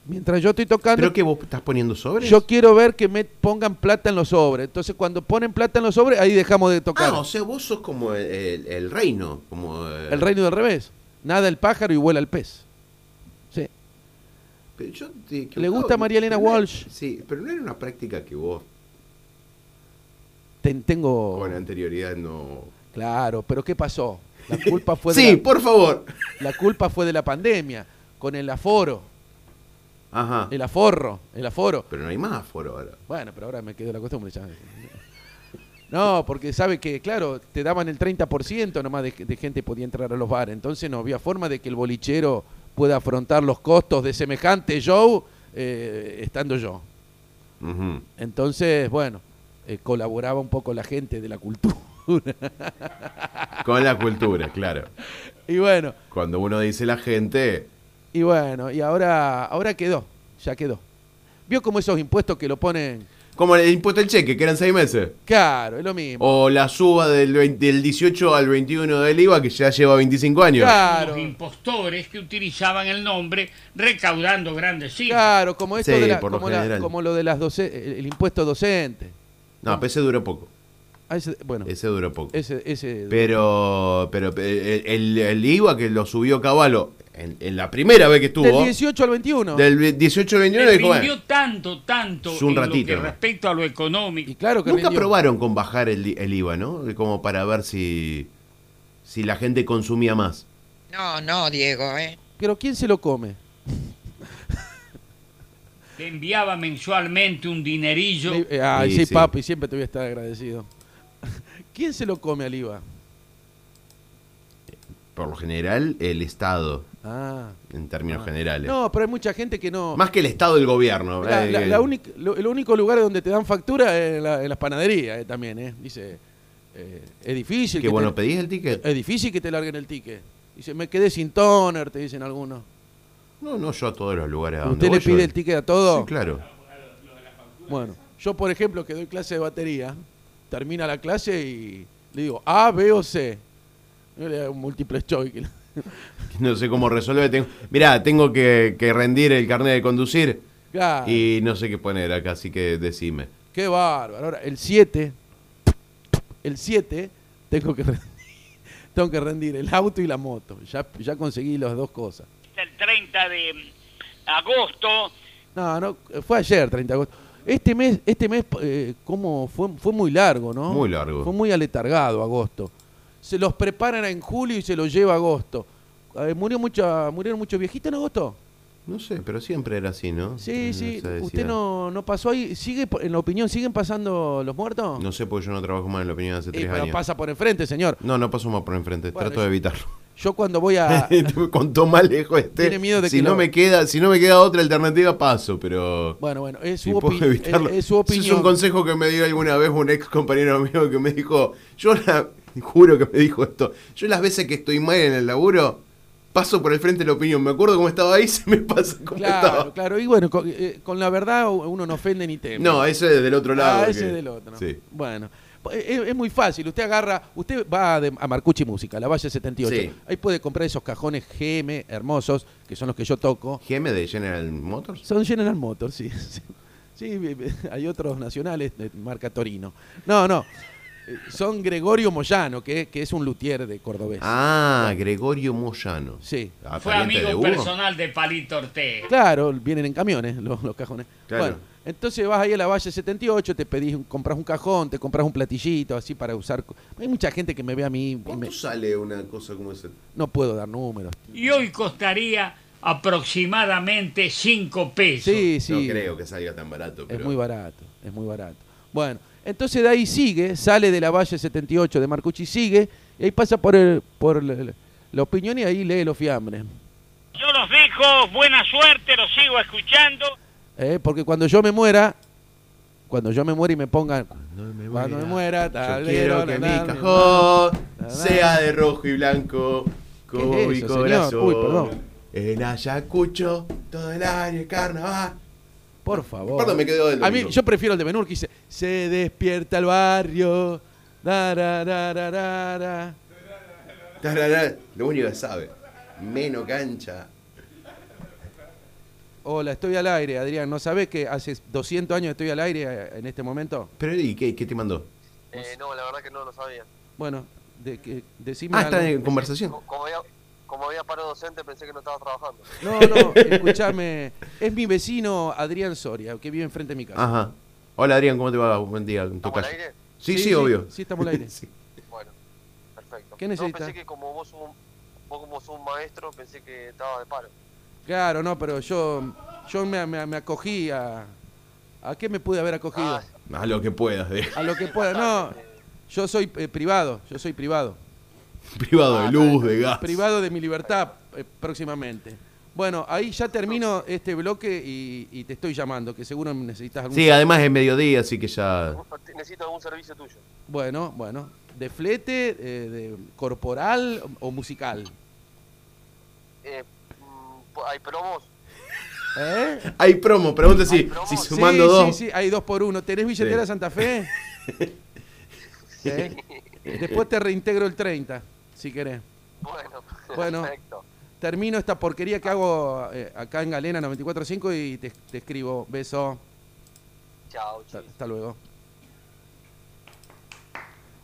mientras yo estoy tocando,
¿Pero que vos estás poniendo sobre?
Ah, yo quiero ver que me pongan plata en los sobres, entonces cuando ponen plata en los sobres, ahí dejamos de tocar.
Ah, o sea, vos sos como el, el- el reino. Como, eh,
El reino del revés, nada el pájaro y vuela el pez. Sí.
Pero yo te equivocado.
Le gusta María Elena
Pero no-
Walsh.
Sí, pero no era una práctica que vos
Ten- tengo...
con anterioridad no...
Claro, pero ¿qué pasó? La culpa fue de
Sí,
la-
por favor.
la culpa fue de la pandemia, con el aforo,
Ajá.
el aforro, el aforo.
Pero no hay más aforo ahora.
Bueno, pero ahora me quedó la costumbre ya. No, porque sabe que, claro, te daban el 30% nomás de, de gente podía entrar a los bares. Entonces no había forma de que el bolichero pueda afrontar los costos de semejante show eh, estando yo.
Ujú.
Entonces, bueno, eh, colaboraba un poco la gente de la cultura.
Con la cultura, claro.
Y bueno,
Cuando uno dice la gente...
y bueno, y ahora, ahora quedó, ya quedó. ¿Vio como esos impuestos que lo ponen?
Como el impuesto al cheque, que eran seis meses.
Claro, es lo mismo.
O la suba del, 20 del 18 al 21 del IVA, que ya lleva 25 años.
Claro.
Los impostores que utilizaban el nombre recaudando grandes cifras.
Claro, como esto
Sí,
de la-
por lo
como, la-
general.
como lo de las doce- el, el impuesto docente.
No, pero ese duró poco.
Ah, ese- bueno,
Ese duró poco.
ese, ese-
Pero, pero eh, el, el IVA que lo subió Caballo en, en la primera vez que
del
estuvo,
18 al 21.
del 18 al 21,
Se
dijo, bueno,
rindió tanto, tanto
Es un
en lo
ratito,
que
¿no?
respecto a lo económico.
y claro que
nunca
rindió.
probaron con bajar el, el IVA, ¿no? Como para ver si, si la gente consumía más.
No, no, Diego, ¿eh?
Pero ¿quién se lo come?
Te enviaba mensualmente un dinerillo.
Le- eh, ay,
Sí,
sí,
sí.
papi, siempre te voy a estar agradecido. ¿Quién se lo come al IVA?
Por lo general, el Estado,
Ah.
en términos
Ah.
generales.
No, pero hay mucha gente que no.
Más que el Estado, el gobierno.
La-
eh,
la-
eh,
la única- lo- el único lugar donde te dan factura es en, la- en las panaderías eh, también, ¿eh? Dice, eh, es difícil.
que
que
bueno,
te- Eh,
pedís el ticket.
Es difícil que te larguen el ticket. Dice, me quedé sin toner, te dicen algunos.
No, no, yo a todos los lugares. a donde
¿Usted le
voy, yo-
pide el ticket a todo?
Sí, claro.
Bueno, yo por ejemplo que doy clase de batería, termina la clase y le digo A, B o C. Yo le hago un múltiple choice. que le-
No sé cómo resolver. Tengo, mirá, tengo que, que rendir el carnet de conducir.
Claro,
Y no sé qué poner acá, así que decime.
Qué bárbaro. Ahora, el 7, el 7, tengo que rendir, tengo que rendir el auto y la moto. Ya, ya conseguí las dos cosas.
El 30 de agosto,
No, no, fue ayer, 30 de agosto. Este mes, este mes eh, ¿cómo fue, fue muy largo, ¿no?
Muy largo.
Fue muy aletargado agosto. Se los preparan en julio y se los lleva a agosto. Eh, murió mucha, murieron muchos viejitos en agosto.
No sé, pero siempre era así, ¿no?
Sí,
Eh, No
sí.
se decía.
Usted no, no pasó ahí. ¿Sigue, por- en la opinión, siguen pasando los muertos?
No sé, porque yo no trabajo más en la opinión hace
Eh,
tres
pero
años.
pasa por enfrente, señor.
No, no paso más por enfrente,
Bueno,
trato de evitarlo.
Yo cuando voy a.
Cuanto más lejos esté,
Tiene miedo de
si,
que
no
lo-
me queda, si no me queda otra alternativa, paso, pero...
bueno, bueno, es su,
si puedo
opi-
evitarlo.
es- es su
Ese
opinión.
Es un consejo que me dio alguna vez un ex compañero mío que me dijo, yo la- juro que me dijo esto, yo las veces que estoy mal en el laburo, paso por el frente de la opinión, me acuerdo cómo estaba ahí, se me pasa cómo estaba.
Claro, claro. Y bueno, con, eh, con la verdad uno no ofende ni teme.
No, ese es del otro lado.
Ah, ese
que-
es del otro.
Sí.
Bueno, es, es muy fácil. Usted agarra, usted va de- a Marcucci Música, la Valle 78.
Sí.
Ahí puede comprar esos cajones GM hermosos, que son los que yo toco.
GM de General Motors.
Son General Motors, sí. Sí, Sí, be- be- hay otros nacionales de marca Torino. No, no. Eh, Son Gregorio Moyano, que, que es un luthier de cordobés.
Ah, Gregorio Moyano.
Sí.
Ah,
Fue
pariente de
amigo
Hugo.
personal de Palito Ortega.
Claro, vienen en camiones los, los cajones.
Claro.
Bueno, entonces vas ahí a la Valle 78, te pedís, un- compras un cajón, te compras un platillito así para usar. co- Hay mucha gente que me ve a mí y me-
¿Cuánto sale una cosa como esa?
no puedo dar números.
Y hoy costaría aproximadamente 5 pesos.
Sí, sí.
No creo que salga tan barato.
Es
pero-
muy barato, es muy barato. Bueno, entonces de ahí sigue, sale de la Valle 78 de Marcucci, sigue, y ahí pasa por, el, por la, la- la opinión y ahí lee los fiambres.
Yo los dejo, buena suerte, los sigo escuchando.
¿eh? Porque cuando yo me muera, cuando yo me muera y me pongan,
me
cuando me muera, tal
Yo
vez
quiero
no,
que
no,
mi
no,
cajón
no, no.
sea de rojo y blanco, como
¿Qué es
mi
eso,
corazón.
señor? Uy, perdón.
En Ayacucho, todo el año es carnaval.
Por favor.
Perdón, me quedó del
Oh. A mí,
domingo.
yo prefiero el de Benur que dice, se despierta el barrio. da, da, da, da, da, da".
Tarará, Lo único que sabe. Menos cancha.
Hola, estoy al aire, Adrián. ¿No sabés que hace 200 años estoy al aire eh, en este momento?
Pero, ¿y qué, qué te mandó?
Eh, no, la verdad que no lo sabía.
Bueno, de, que, decime
Ah,
algo.
está en conversación.
Co- Como había, como había paro docente, pensé que no estaba trabajando.
No, no, escúchame. Es mi vecino Adrián Soria, que vive enfrente de mi casa.
Ajá. Hola Adrián, ¿cómo te va? Buen día. en tu
¿Estamos al
calle.
aire?
Sí, sí, obvio.
Sí, estamos al aire.
Sí.
Bueno, perfecto.
¿Qué
no,
necesitas?
pensé que como vos, sos un, vos como sos un maestro, pensé que estaba de paro.
Claro, no, pero yo, yo me, me- me acogí a... ¿A qué me pude haber
Ah,
acogido?
Haz lo que puedas, de
A lo que pueda. No, yo soy eh, privado, yo soy privado.
privado de luz, de gas.
Ah, privado de mi libertad eh, próximamente. Bueno, ahí ya termino este bloque y, y te estoy llamando, que seguro necesitas algún...
Sí, además es mediodía, así que ya.
Necesito algún servicio tuyo.
Bueno, bueno. ¿De flete, eh, de corporal o musical?
Eh, mm, po- hay promos.
¿Eh?
Hay promo, pregunta
¿Hay
si,
promo?
si
Sí,
sumando
sí,
dos.
Sí, sí, hay dos por uno. ¿Tenés billetera
Sí.
Santa Fe? ¿Eh? Después te reintegro el 30, si querés.
Bueno,
Bueno.
perfecto.
Termino esta porquería que hago eh, acá en Galena 945 y te, te escribo. Beso.
Chao,
Hasta, hasta luego.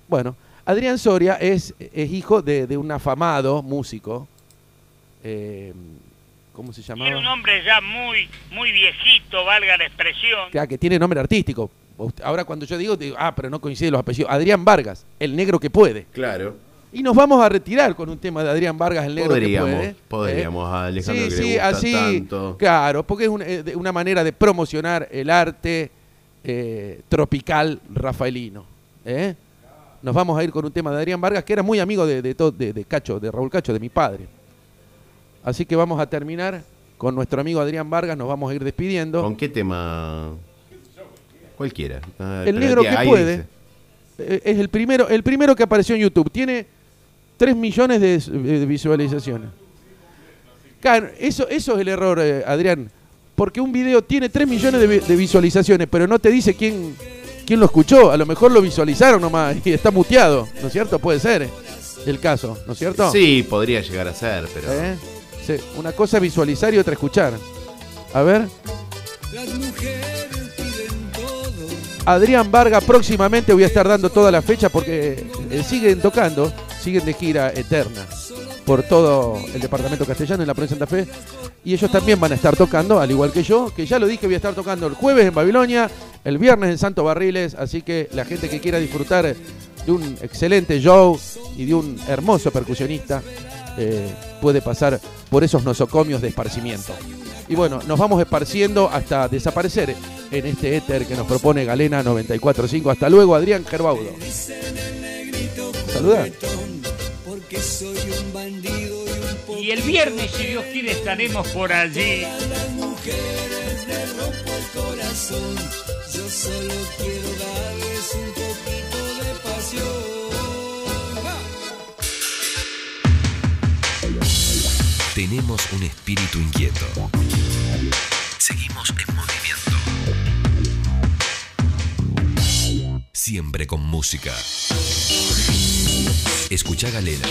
Bueno, Adrián Soria es, es hijo de, de un afamado músico. Eh, ¿Cómo se
Era un
llamaba?
hombre ya muy, muy viejito, valga la expresión.
Que, ah, que tiene nombre artístico. Usted- Ahora cuando yo digo, digo, ah, pero no coinciden los apellidos. Adrián Vargas, el negro que puede.
Claro.
Y nos vamos a retirar con un tema de Adrián Vargas, el negro
Podríamos,
que puede. ¿eh?
podríamos, a Alejandro
Sí,
que le
sí,
gusta
así,
tanto.
claro, porque es un- eh, de- una, manera de promocionar el arte eh, tropical rafaelino. ¿eh? Nos vamos a ir con un tema de Adrián Vargas, que era muy amigo de, de to- de- de Cacho, de Raúl Cacho, de mi padre. Así que vamos a terminar con nuestro amigo Adrián Vargas, nos vamos a ir despidiendo.
¿Con qué tema? Cualquiera. Ah,
El
pero
negro
tía,
que
ahí
puede.
dice.
eh, Es el primero, el primero que apareció en YouTube. Tiene 3 millones de, eh, de visualizaciones. Claro, eso, eso es el error, eh, Adrián. Porque un video tiene 3 millones de, vi- de visualizaciones, pero no te dice quién, quién lo escuchó. A lo mejor lo visualizaron nomás y está muteado. ¿No es cierto? Puede ser eh, el caso, ¿no es cierto?
Sí, podría llegar a ser, pero.
¿Eh? Sí, Una cosa es visualizar y otra escuchar. A ver.
Las mujeres piden todo.
Adrián Vargas, próximamente voy a estar dando toda la fecha porque eh, siguen tocando, siguen de gira eterna por todo el departamento castellano en la provincia de Santa Fe. Y ellos también van a estar tocando, al igual que yo, que ya lo dije, voy a estar tocando el jueves en Babilonia, el viernes en Santo Barriles. Así que la gente que quiera disfrutar de un excelente show y de un hermoso percusionista eh, puede pasar por esos nosocomios de esparcimiento. Y bueno, nos vamos esparciendo hasta desaparecer en este éter que nos propone Galena 945. Hasta luego, Adrián Gerbaudo. Saluda.
Y el viernes, si Dios quiere, estaremos por allí.
Mujeres de rompo el corazón. Yo solo quiero darles un poquito de pasión. ¡Ja!
Tenemos un espíritu inquieto. Seguimos en movimiento. Siempre con música. Escucha Galena.